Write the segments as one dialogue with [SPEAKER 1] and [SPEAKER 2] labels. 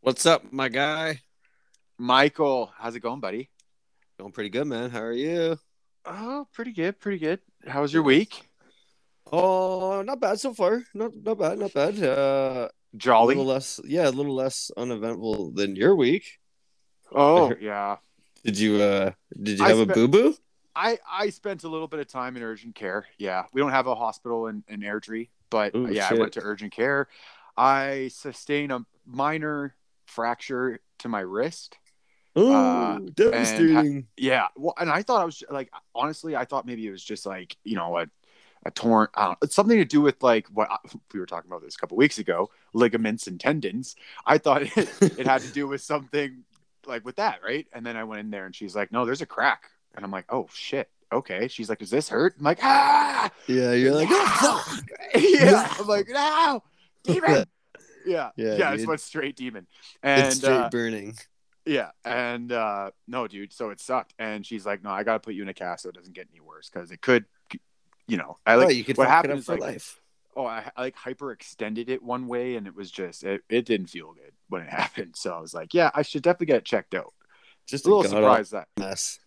[SPEAKER 1] What's up, my guy?
[SPEAKER 2] Michael, how's it going, buddy?
[SPEAKER 1] Going pretty good, man. How are you?
[SPEAKER 2] Oh, pretty good, pretty good. How was your week?
[SPEAKER 1] Oh, not bad so far. Not not bad, not bad. Uh, a
[SPEAKER 2] Jolly.
[SPEAKER 1] little less, yeah, a little less uneventful than your week.
[SPEAKER 2] Oh,
[SPEAKER 1] heard-
[SPEAKER 2] yeah.
[SPEAKER 1] Did you uh did you
[SPEAKER 2] I
[SPEAKER 1] have a
[SPEAKER 2] spe-
[SPEAKER 1] boo boo?
[SPEAKER 2] I I spent a little bit of time in urgent care. Yeah, we don't have a hospital in in Airdrie, but
[SPEAKER 1] Ooh,
[SPEAKER 2] yeah,
[SPEAKER 1] shit.
[SPEAKER 2] I went to urgent care. I sustained a minor fracture to my wrist.
[SPEAKER 1] Oh,
[SPEAKER 2] Uh,
[SPEAKER 1] devastating.
[SPEAKER 2] Yeah, well, and I thought I was like, honestly, I thought maybe it was just like you know a a torn, I don't, it's something to do with like what I, we were talking about this a couple weeks ago, ligaments and tendons. I thought it, it had to do with something like with that, right? And then I went in there and she's like, "No, there's a crack," and I'm like, "Oh shit." Okay, she's like, "Does this hurt?" I'm like, "Ah!"
[SPEAKER 1] yeah, you're like,
[SPEAKER 2] "No!"
[SPEAKER 1] oh, fuck.
[SPEAKER 2] yeah, I'm like, "No,
[SPEAKER 1] Yeah.
[SPEAKER 2] demon." Yeah,
[SPEAKER 1] Yeah,
[SPEAKER 2] yeah, I just
[SPEAKER 1] dude.
[SPEAKER 2] went straight demon, and
[SPEAKER 1] it's straight
[SPEAKER 2] uh,
[SPEAKER 1] burning.
[SPEAKER 2] yeah, and uh, no, dude, so it sucked. And she's like, "No, I gotta put you in a cast so it doesn't get any worse because it could, you know." I like
[SPEAKER 1] oh, you could
[SPEAKER 2] what
[SPEAKER 1] fuck it
[SPEAKER 2] happened
[SPEAKER 1] up
[SPEAKER 2] is
[SPEAKER 1] for
[SPEAKER 2] like,
[SPEAKER 1] life.
[SPEAKER 2] oh, I, I like hyperextended it one way, and it was just it, it didn't feel good when it happened. So I was like, "Yeah, I should definitely get it checked out."
[SPEAKER 1] Just
[SPEAKER 2] a little
[SPEAKER 1] god-awful
[SPEAKER 2] surprised that
[SPEAKER 1] mess.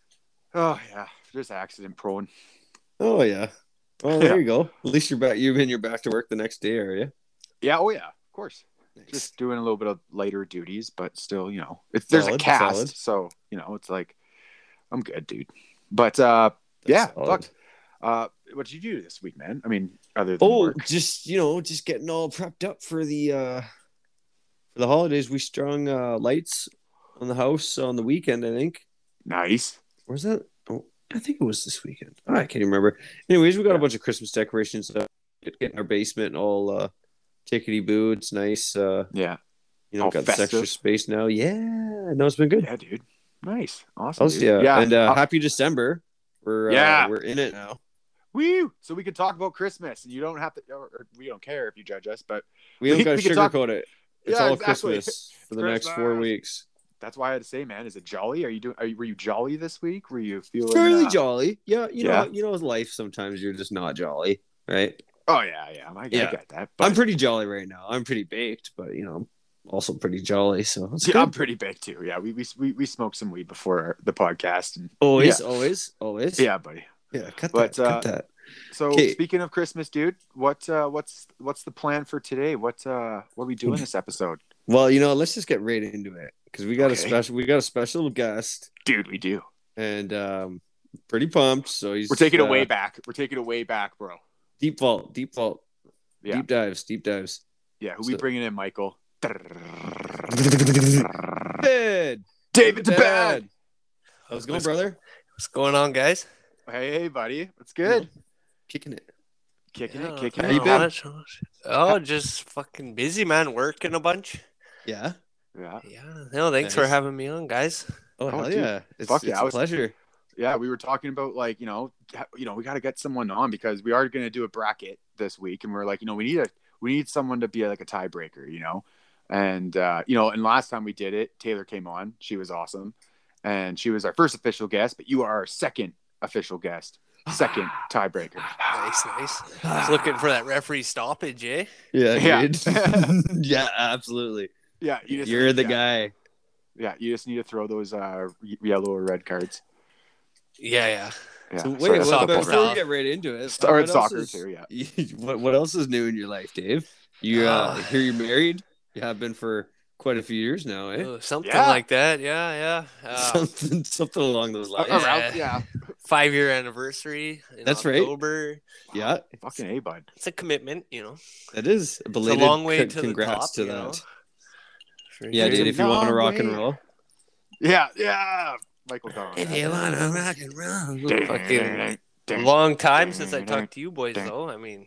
[SPEAKER 2] Oh yeah, just accident prone.
[SPEAKER 1] Oh yeah. Oh, there
[SPEAKER 2] Yeah.
[SPEAKER 1] you go. At least you're back. You've been you're back to work the next day, are you?
[SPEAKER 2] Yeah, oh yeah, of course.
[SPEAKER 1] Nice.
[SPEAKER 2] Just doing a little bit of lighter duties, but still, you know, it's there's
[SPEAKER 1] Solid,
[SPEAKER 2] a cast,
[SPEAKER 1] solid.
[SPEAKER 2] so you know, it's like I'm good, dude. But uh, yeah,
[SPEAKER 1] solid.
[SPEAKER 2] fuck. uh, what did you do this week, man? I mean, other than
[SPEAKER 1] Oh,
[SPEAKER 2] work.
[SPEAKER 1] just you know, just getting all prepped up for the uh for the holidays. We strung uh lights on the house on the weekend, I think.
[SPEAKER 2] nice.
[SPEAKER 1] Or was that oh I think it was this weekend. Ah, I can't even remember. Anyways, we got a
[SPEAKER 2] Yeah.
[SPEAKER 1] bunch of Christmas decorations uh, get in our basement all uh tickety boo. It's nice. Uh
[SPEAKER 2] Yeah,
[SPEAKER 1] you know,
[SPEAKER 2] All
[SPEAKER 1] got this
[SPEAKER 2] festive.
[SPEAKER 1] extra space now. Yeah. No, it's been good.
[SPEAKER 2] yeah, dude. Nice, awesome.
[SPEAKER 1] How's-
[SPEAKER 2] dude.
[SPEAKER 1] yeah. And uh,
[SPEAKER 2] Uh,
[SPEAKER 1] happy December. We're uh,
[SPEAKER 2] Yeah.
[SPEAKER 1] we're in it now.
[SPEAKER 2] woo! So we can talk about Christmas, and you don't have to. Or, or we don't care if you judge us, but
[SPEAKER 1] We haven't
[SPEAKER 2] We-
[SPEAKER 1] got to
[SPEAKER 2] we can talk-
[SPEAKER 1] sugarcoat it. It's
[SPEAKER 2] Yeah,
[SPEAKER 1] all
[SPEAKER 2] exactly.
[SPEAKER 1] Christmas for the next four
[SPEAKER 2] Christmas.
[SPEAKER 1] weeks.
[SPEAKER 2] that's why I had to say, man, is it jolly? Are you doing? Are you, were you jolly this week? Were you feeling?
[SPEAKER 1] fairly
[SPEAKER 2] uh,
[SPEAKER 1] jolly. Yeah, you
[SPEAKER 2] Yeah.
[SPEAKER 1] know, you know, with life sometimes you're just not jolly, right?
[SPEAKER 2] Oh yeah, yeah. I,
[SPEAKER 1] Yeah.
[SPEAKER 2] I get that. But
[SPEAKER 1] I'm pretty jolly right now. I'm pretty baked, but you know, I'm also pretty jolly. So it's
[SPEAKER 2] Yeah, I'm
[SPEAKER 1] good.
[SPEAKER 2] pretty big too. Yeah, we we we, we smoked some weed before our- the podcast. And,
[SPEAKER 1] always, always, always.
[SPEAKER 2] yeah, buddy.
[SPEAKER 1] yeah. Cut
[SPEAKER 2] But,
[SPEAKER 1] that. cut
[SPEAKER 2] uh,
[SPEAKER 1] that.
[SPEAKER 2] So
[SPEAKER 1] 'Kay.
[SPEAKER 2] speaking of Christmas, dude, what uh, what's what's the plan for today? What uh, what are we doing this episode,
[SPEAKER 1] Well, you know, let's just get right into it because we got a
[SPEAKER 2] Okay.
[SPEAKER 1] special. We got a special guest,
[SPEAKER 2] dude? We do.
[SPEAKER 1] and um, pretty pumped. So he's
[SPEAKER 2] We're taking
[SPEAKER 1] uh,
[SPEAKER 2] it way back. We're taking it way back, bro.
[SPEAKER 1] Deep vault, deep vault,
[SPEAKER 2] Yeah.
[SPEAKER 1] deep dives, deep dives.
[SPEAKER 2] Yeah, who we
[SPEAKER 1] So-
[SPEAKER 2] bringing in, Michael?
[SPEAKER 1] David,
[SPEAKER 2] David the Bad.
[SPEAKER 1] How's it going, brother?
[SPEAKER 3] What's going on, guys?
[SPEAKER 2] Hey, buddy. What's good?
[SPEAKER 1] Kicking it.
[SPEAKER 2] Kicking
[SPEAKER 3] Yeah,
[SPEAKER 2] it, kicking
[SPEAKER 1] how
[SPEAKER 2] it.
[SPEAKER 1] Oh, you been?
[SPEAKER 3] much, not much. Oh, just fucking busy, man. Working a bunch.
[SPEAKER 1] Yeah.
[SPEAKER 2] Yeah,
[SPEAKER 3] Yeah. No, thanks for
[SPEAKER 1] Nice.
[SPEAKER 3] having me on, guys.
[SPEAKER 1] Oh,
[SPEAKER 2] Oh,
[SPEAKER 1] hell
[SPEAKER 2] dude.
[SPEAKER 1] yeah! It's,
[SPEAKER 2] Fuck
[SPEAKER 1] it's
[SPEAKER 2] yeah,
[SPEAKER 1] a
[SPEAKER 2] I was-
[SPEAKER 1] pleasure.
[SPEAKER 2] yeah. We were talking about like you know, ha- you know, we got to get someone on because we are going to do a bracket this week, and we're like, you know, we need a we need someone to be like a tiebreaker, you know, and uh, you know, and last time we did it, Taylor came on, she was awesome, and she was our first official guest, but you are our second official guest, second tiebreaker.
[SPEAKER 3] Nice, nice. Just looking for that referee stoppage, eh?
[SPEAKER 1] Yeah,
[SPEAKER 2] Yeah.
[SPEAKER 1] dude. yeah, absolutely.
[SPEAKER 2] Yeah, you just-
[SPEAKER 1] You're the
[SPEAKER 2] yeah,
[SPEAKER 1] guy.
[SPEAKER 2] Yeah, you just need to throw those uh, y- yellow or red cards.
[SPEAKER 3] Yeah, yeah.
[SPEAKER 2] Yeah,
[SPEAKER 1] So wait, what
[SPEAKER 2] sorry, that's
[SPEAKER 3] soccer
[SPEAKER 1] about,
[SPEAKER 2] football
[SPEAKER 3] before
[SPEAKER 2] round.
[SPEAKER 1] before we get right into it,
[SPEAKER 2] St- or
[SPEAKER 1] what
[SPEAKER 2] it's
[SPEAKER 1] else
[SPEAKER 2] soccer too. Yeah,
[SPEAKER 1] is- what what else is new in your life, Dave? You uh,
[SPEAKER 3] Ah.
[SPEAKER 1] here you're married. You have been for quite a few years now, eh?
[SPEAKER 3] Ooh, Oh, something
[SPEAKER 2] Yeah.
[SPEAKER 3] like that. Yeah, yeah. Uh,
[SPEAKER 1] something something along those lines.
[SPEAKER 3] Uh, uh,
[SPEAKER 2] Ah. around, yeah,
[SPEAKER 3] five year anniversary. In
[SPEAKER 1] That's right.
[SPEAKER 3] October.
[SPEAKER 1] yeah,
[SPEAKER 2] fucking a bud.
[SPEAKER 3] It's a commitment, you know.
[SPEAKER 1] that is a
[SPEAKER 3] It's
[SPEAKER 1] belated
[SPEAKER 3] a long way
[SPEAKER 1] con-
[SPEAKER 3] to
[SPEAKER 1] congrats
[SPEAKER 3] the
[SPEAKER 1] to
[SPEAKER 3] top.
[SPEAKER 1] that.
[SPEAKER 3] you know?
[SPEAKER 1] Yeah,
[SPEAKER 2] It's
[SPEAKER 1] dude,
[SPEAKER 2] a
[SPEAKER 1] if you want to
[SPEAKER 2] long
[SPEAKER 1] rock and
[SPEAKER 2] way.
[SPEAKER 1] roll,
[SPEAKER 2] Yeah, yeah. Michael Donovan.
[SPEAKER 3] If you want to rock and roll.
[SPEAKER 2] Dang,
[SPEAKER 3] Fucking
[SPEAKER 2] dang.
[SPEAKER 3] long time since I talked to you boys, though. I mean,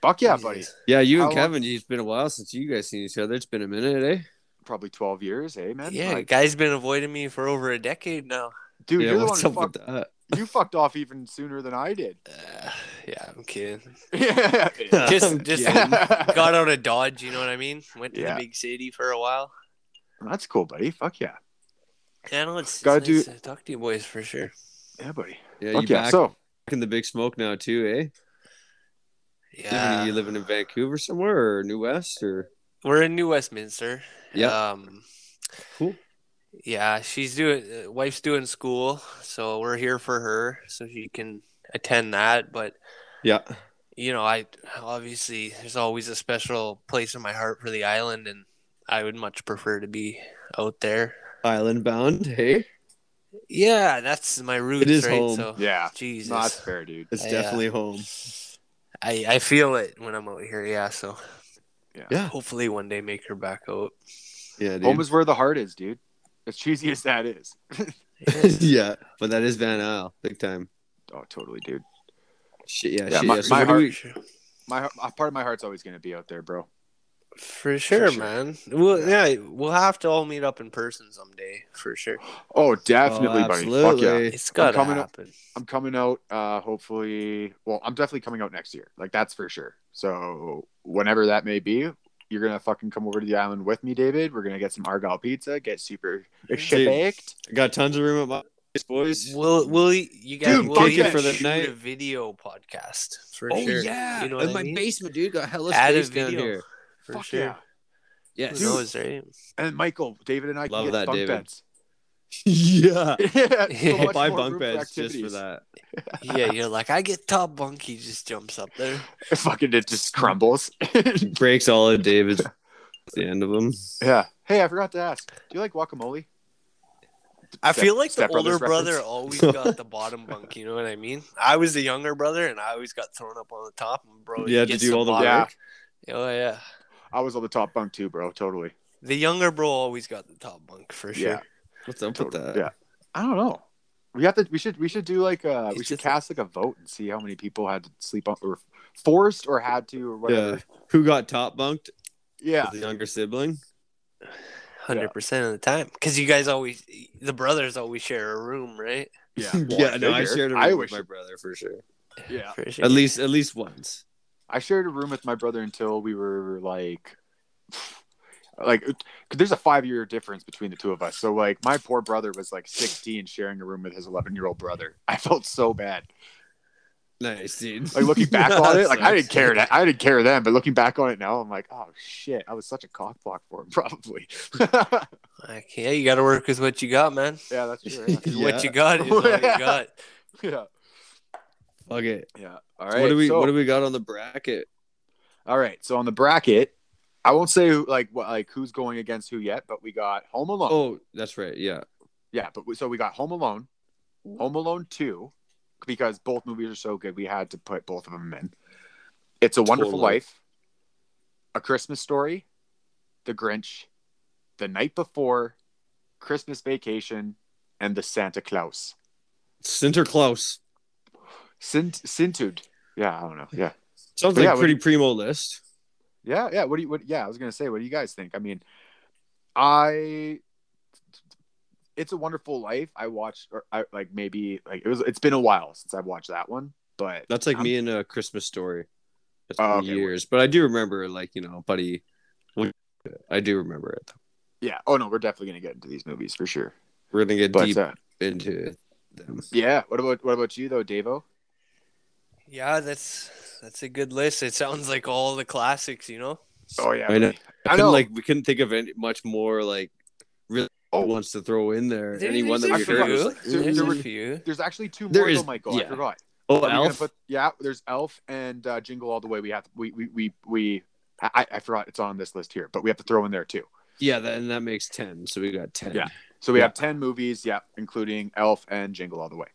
[SPEAKER 2] Fuck yeah, buddy.
[SPEAKER 3] Jesus.
[SPEAKER 1] yeah, you and
[SPEAKER 2] How long-
[SPEAKER 1] Kevin, it's been a while since you guys seen each other. It's been a minute, eh?
[SPEAKER 2] Probably 12 years, eh, man?
[SPEAKER 3] Yeah,
[SPEAKER 2] Like,
[SPEAKER 3] guy's been avoiding me for over a decade now.
[SPEAKER 2] dude,
[SPEAKER 1] yeah,
[SPEAKER 2] you're the one
[SPEAKER 1] what's
[SPEAKER 2] who
[SPEAKER 1] up with
[SPEAKER 2] fucked,
[SPEAKER 1] that?
[SPEAKER 2] you fucked off even sooner than I did.
[SPEAKER 3] Uh, yeah, I'm kidding.
[SPEAKER 2] yeah.
[SPEAKER 3] Just,
[SPEAKER 1] I'm
[SPEAKER 3] just
[SPEAKER 1] kidding.
[SPEAKER 3] got out of Dodge. You know what I mean? Went to
[SPEAKER 2] Yeah.
[SPEAKER 3] the big city for a while.
[SPEAKER 2] That's cool, buddy. Fuck yeah.
[SPEAKER 3] Yeah, no, it's, it's
[SPEAKER 2] Gotta
[SPEAKER 3] nice
[SPEAKER 2] do-
[SPEAKER 3] to talk to you boys for sure.
[SPEAKER 2] Yeah, buddy.
[SPEAKER 1] Yeah, you
[SPEAKER 2] Fuck yeah.
[SPEAKER 1] back
[SPEAKER 2] So,
[SPEAKER 1] in the big smoke now too, eh? Living-
[SPEAKER 3] Yeah,
[SPEAKER 1] you living in Vancouver somewhere or New West or
[SPEAKER 3] we're in New Westminster.
[SPEAKER 1] Yeah.
[SPEAKER 3] Um,
[SPEAKER 1] Cool.
[SPEAKER 3] Yeah, she's doing. uh, Wife's doing school, so we're here for her, so she can attend that. But
[SPEAKER 1] Yeah.
[SPEAKER 3] you know, I obviously there's always a special place in my heart for the island, and I would much prefer to be out there.
[SPEAKER 1] Island bound. Hey,
[SPEAKER 3] Yeah, that's my roots,
[SPEAKER 1] is
[SPEAKER 3] right?
[SPEAKER 1] home.
[SPEAKER 3] So
[SPEAKER 2] Yeah.
[SPEAKER 3] Jesus,
[SPEAKER 2] No, that's fair, dude.
[SPEAKER 1] it's
[SPEAKER 3] Yeah.
[SPEAKER 1] definitely home.
[SPEAKER 3] I I feel it when I'm out here. Yeah, so
[SPEAKER 1] Yeah.
[SPEAKER 3] hopefully one day make her back out.
[SPEAKER 1] Yeah, dude.
[SPEAKER 2] Home is where the heart is, dude. As cheesy as that is.
[SPEAKER 1] yeah, but that is Van Isle, big time.
[SPEAKER 2] Oh, totally, dude.
[SPEAKER 1] Shit, yeah,
[SPEAKER 2] Yeah,
[SPEAKER 1] shit,
[SPEAKER 2] my-
[SPEAKER 1] yeah. So
[SPEAKER 2] my
[SPEAKER 1] what do
[SPEAKER 2] heart-
[SPEAKER 1] we-
[SPEAKER 2] My a part of my heart's always gonna be out there, bro.
[SPEAKER 3] For sure,
[SPEAKER 2] sure.
[SPEAKER 3] man. We'll yeah, we'll have to all meet up in person someday for sure.
[SPEAKER 2] Oh, definitely,
[SPEAKER 1] Oh,
[SPEAKER 2] buddy. Fuck yeah.
[SPEAKER 1] absolutely.
[SPEAKER 3] It's got to
[SPEAKER 2] coming up.
[SPEAKER 3] happen.
[SPEAKER 2] I'm coming out. Uh, hopefully, well, I'm definitely coming out next year. Like that's for sure. So whenever that may be, you're gonna fucking come over to the island with me, David. We're gonna get some Argyle pizza, get super
[SPEAKER 1] Dude.
[SPEAKER 2] baked.
[SPEAKER 1] I Got tons of room at my place, boys.
[SPEAKER 3] We'll we'll you guys
[SPEAKER 2] Dude,
[SPEAKER 3] will
[SPEAKER 2] fuck yeah.
[SPEAKER 3] for
[SPEAKER 1] for
[SPEAKER 3] the
[SPEAKER 1] the
[SPEAKER 3] shoot
[SPEAKER 1] night.
[SPEAKER 3] a video podcast for
[SPEAKER 1] Oh
[SPEAKER 3] sure.
[SPEAKER 1] yeah,
[SPEAKER 3] you know
[SPEAKER 1] in
[SPEAKER 3] what I
[SPEAKER 1] my
[SPEAKER 3] mean?
[SPEAKER 1] basement, dude, got hella
[SPEAKER 3] Add a
[SPEAKER 1] space down
[SPEAKER 3] video
[SPEAKER 1] here.
[SPEAKER 3] for
[SPEAKER 2] Fuck
[SPEAKER 3] sure.
[SPEAKER 2] yeah.
[SPEAKER 1] Yes,
[SPEAKER 3] Who knows, right?
[SPEAKER 2] And Michael, David, and I
[SPEAKER 1] Love
[SPEAKER 2] can get
[SPEAKER 1] that,
[SPEAKER 2] bunk
[SPEAKER 1] David.
[SPEAKER 2] beds.
[SPEAKER 1] yeah.
[SPEAKER 2] So
[SPEAKER 1] I'll
[SPEAKER 2] much
[SPEAKER 1] buy
[SPEAKER 2] more
[SPEAKER 1] bunk
[SPEAKER 2] room
[SPEAKER 1] beds just for
[SPEAKER 2] activities.
[SPEAKER 1] that.
[SPEAKER 3] Yeah, you're like I get top bunk, he just jumps up there.
[SPEAKER 2] fucking it just crumbles.
[SPEAKER 1] Breaks all of David's. at the end of them.
[SPEAKER 2] yeah. Hey, I forgot to ask. Do you like guacamole?
[SPEAKER 3] I
[SPEAKER 2] Step-
[SPEAKER 3] feel like the
[SPEAKER 2] Step Brothers
[SPEAKER 3] older brother
[SPEAKER 2] reference.
[SPEAKER 3] always got the bottom bunk. You know what I mean? I was the younger brother, and I always got thrown up on the top. And bro,
[SPEAKER 1] You had to
[SPEAKER 3] gets
[SPEAKER 1] do all the
[SPEAKER 3] bottom.
[SPEAKER 2] Yeah.
[SPEAKER 1] work.
[SPEAKER 3] Oh yeah,
[SPEAKER 2] I was on the top bunk too, bro. Totally.
[SPEAKER 3] the younger bro always got the top bunk for sure.
[SPEAKER 2] Yeah.
[SPEAKER 1] What's up
[SPEAKER 2] Totally.
[SPEAKER 1] with that?
[SPEAKER 2] Yeah. uh, I don't know. We have to. We should. We should do like uh we
[SPEAKER 3] It's
[SPEAKER 2] should
[SPEAKER 3] just-
[SPEAKER 2] cast like a vote and see how many people had to sleep on or forced or had to or
[SPEAKER 1] Yeah.
[SPEAKER 2] whatever.
[SPEAKER 1] Who got top bunked?
[SPEAKER 2] Yeah.
[SPEAKER 1] The younger sibling.
[SPEAKER 3] hundred percent of the time because you guys always the brothers always share a room, right?
[SPEAKER 2] Yeah.
[SPEAKER 1] yeah, no, I
[SPEAKER 2] figure.
[SPEAKER 1] shared a room
[SPEAKER 2] I
[SPEAKER 1] with
[SPEAKER 2] wish.
[SPEAKER 1] my brother for sure.
[SPEAKER 2] Yeah.
[SPEAKER 3] For sure.
[SPEAKER 1] At least, at least once.
[SPEAKER 2] I shared a room with my brother until we were like, like uh, 'cause there's a five year difference between the two of us. So like my poor brother was like 16 sharing a room with his 11 year old brother. I felt so bad.
[SPEAKER 1] Nice, dude.
[SPEAKER 2] Like looking back on
[SPEAKER 1] That
[SPEAKER 2] it, like I didn't
[SPEAKER 1] sucks.
[SPEAKER 2] care that I didn't care then, but looking back on it now, I'm like, oh shit, I was such a cockblock for him, probably. yeah,
[SPEAKER 3] Like, yeah, you got to work with what you got, man.
[SPEAKER 2] that's true. yeah.
[SPEAKER 3] 'Cause
[SPEAKER 1] Yeah.
[SPEAKER 3] What you got is what you got.
[SPEAKER 2] yeah.
[SPEAKER 1] Fuck it.
[SPEAKER 2] Yeah. All right.
[SPEAKER 1] what do we?
[SPEAKER 2] so,
[SPEAKER 1] what do we got on the bracket?
[SPEAKER 2] all right. So on the bracket, I won't say who, like what like who's going against who yet, but we got Home Alone.
[SPEAKER 1] Oh, that's right. Yeah.
[SPEAKER 2] Yeah, but we, so we got Home Alone, Home Alone Two, because both movies are so good, we had to put both of them in. It's a Wonderful
[SPEAKER 1] Totally.
[SPEAKER 2] Life, A Christmas Story, The Grinch, The Night Before, Christmas Vacation, and The Santa Claus.
[SPEAKER 1] Center close.
[SPEAKER 2] Sint Sintude. Yeah, I don't know. Yeah.
[SPEAKER 1] Sounds
[SPEAKER 2] But
[SPEAKER 1] like
[SPEAKER 2] yeah, what
[SPEAKER 1] pretty primo list.
[SPEAKER 2] Yeah, yeah. What do you? What? Yeah, I was gonna say. What do you guys think? I mean, I. It's a Wonderful Life. I watched, or I like maybe like it was. It's been a while since I've watched that one, but
[SPEAKER 1] That's like
[SPEAKER 2] I'm-
[SPEAKER 1] me and a Christmas story. That's
[SPEAKER 2] Um, Oh,
[SPEAKER 1] been
[SPEAKER 2] okay.
[SPEAKER 1] years, but I do remember, like you know, buddy. we- I do remember it.
[SPEAKER 2] yeah. Oh no, we're definitely gonna get into these movies for sure.
[SPEAKER 1] We're gonna get
[SPEAKER 2] But
[SPEAKER 1] deep
[SPEAKER 2] uh,
[SPEAKER 1] into them.
[SPEAKER 2] yeah, what about what about you though, Davo?
[SPEAKER 3] Yeah, that's that's a good list. It sounds like all the classics, you know.
[SPEAKER 2] Oh yeah,
[SPEAKER 1] I know.
[SPEAKER 2] buddy.
[SPEAKER 1] I
[SPEAKER 2] I
[SPEAKER 1] couldn't,
[SPEAKER 2] know.
[SPEAKER 1] Like we couldn't think of any much more like really
[SPEAKER 2] Oh.
[SPEAKER 1] wants to throw in there.
[SPEAKER 3] There-
[SPEAKER 1] Anyone that
[SPEAKER 3] there's
[SPEAKER 1] we
[SPEAKER 3] a
[SPEAKER 2] I
[SPEAKER 1] heard.
[SPEAKER 2] forgot.
[SPEAKER 1] was
[SPEAKER 3] few.
[SPEAKER 1] like,
[SPEAKER 2] There-
[SPEAKER 3] There's
[SPEAKER 2] there
[SPEAKER 3] a
[SPEAKER 2] were-
[SPEAKER 3] few.
[SPEAKER 2] There's actually two more
[SPEAKER 1] There
[SPEAKER 2] though,
[SPEAKER 1] is-
[SPEAKER 2] Michael. I
[SPEAKER 1] yeah.
[SPEAKER 2] forgot.
[SPEAKER 1] oh,
[SPEAKER 2] Are we gonna
[SPEAKER 1] Alf.
[SPEAKER 2] put- yeah, there's Elf and uh, Jingle All the Way. We have we we we we. I, I forgot it's on this list here, but we have to throw in there too.
[SPEAKER 1] Yeah, that, and that makes ten. So we got ten.
[SPEAKER 2] Yeah. So we
[SPEAKER 1] Yeah.
[SPEAKER 2] have ten movies, yeah, including Elf and Jingle All the Way.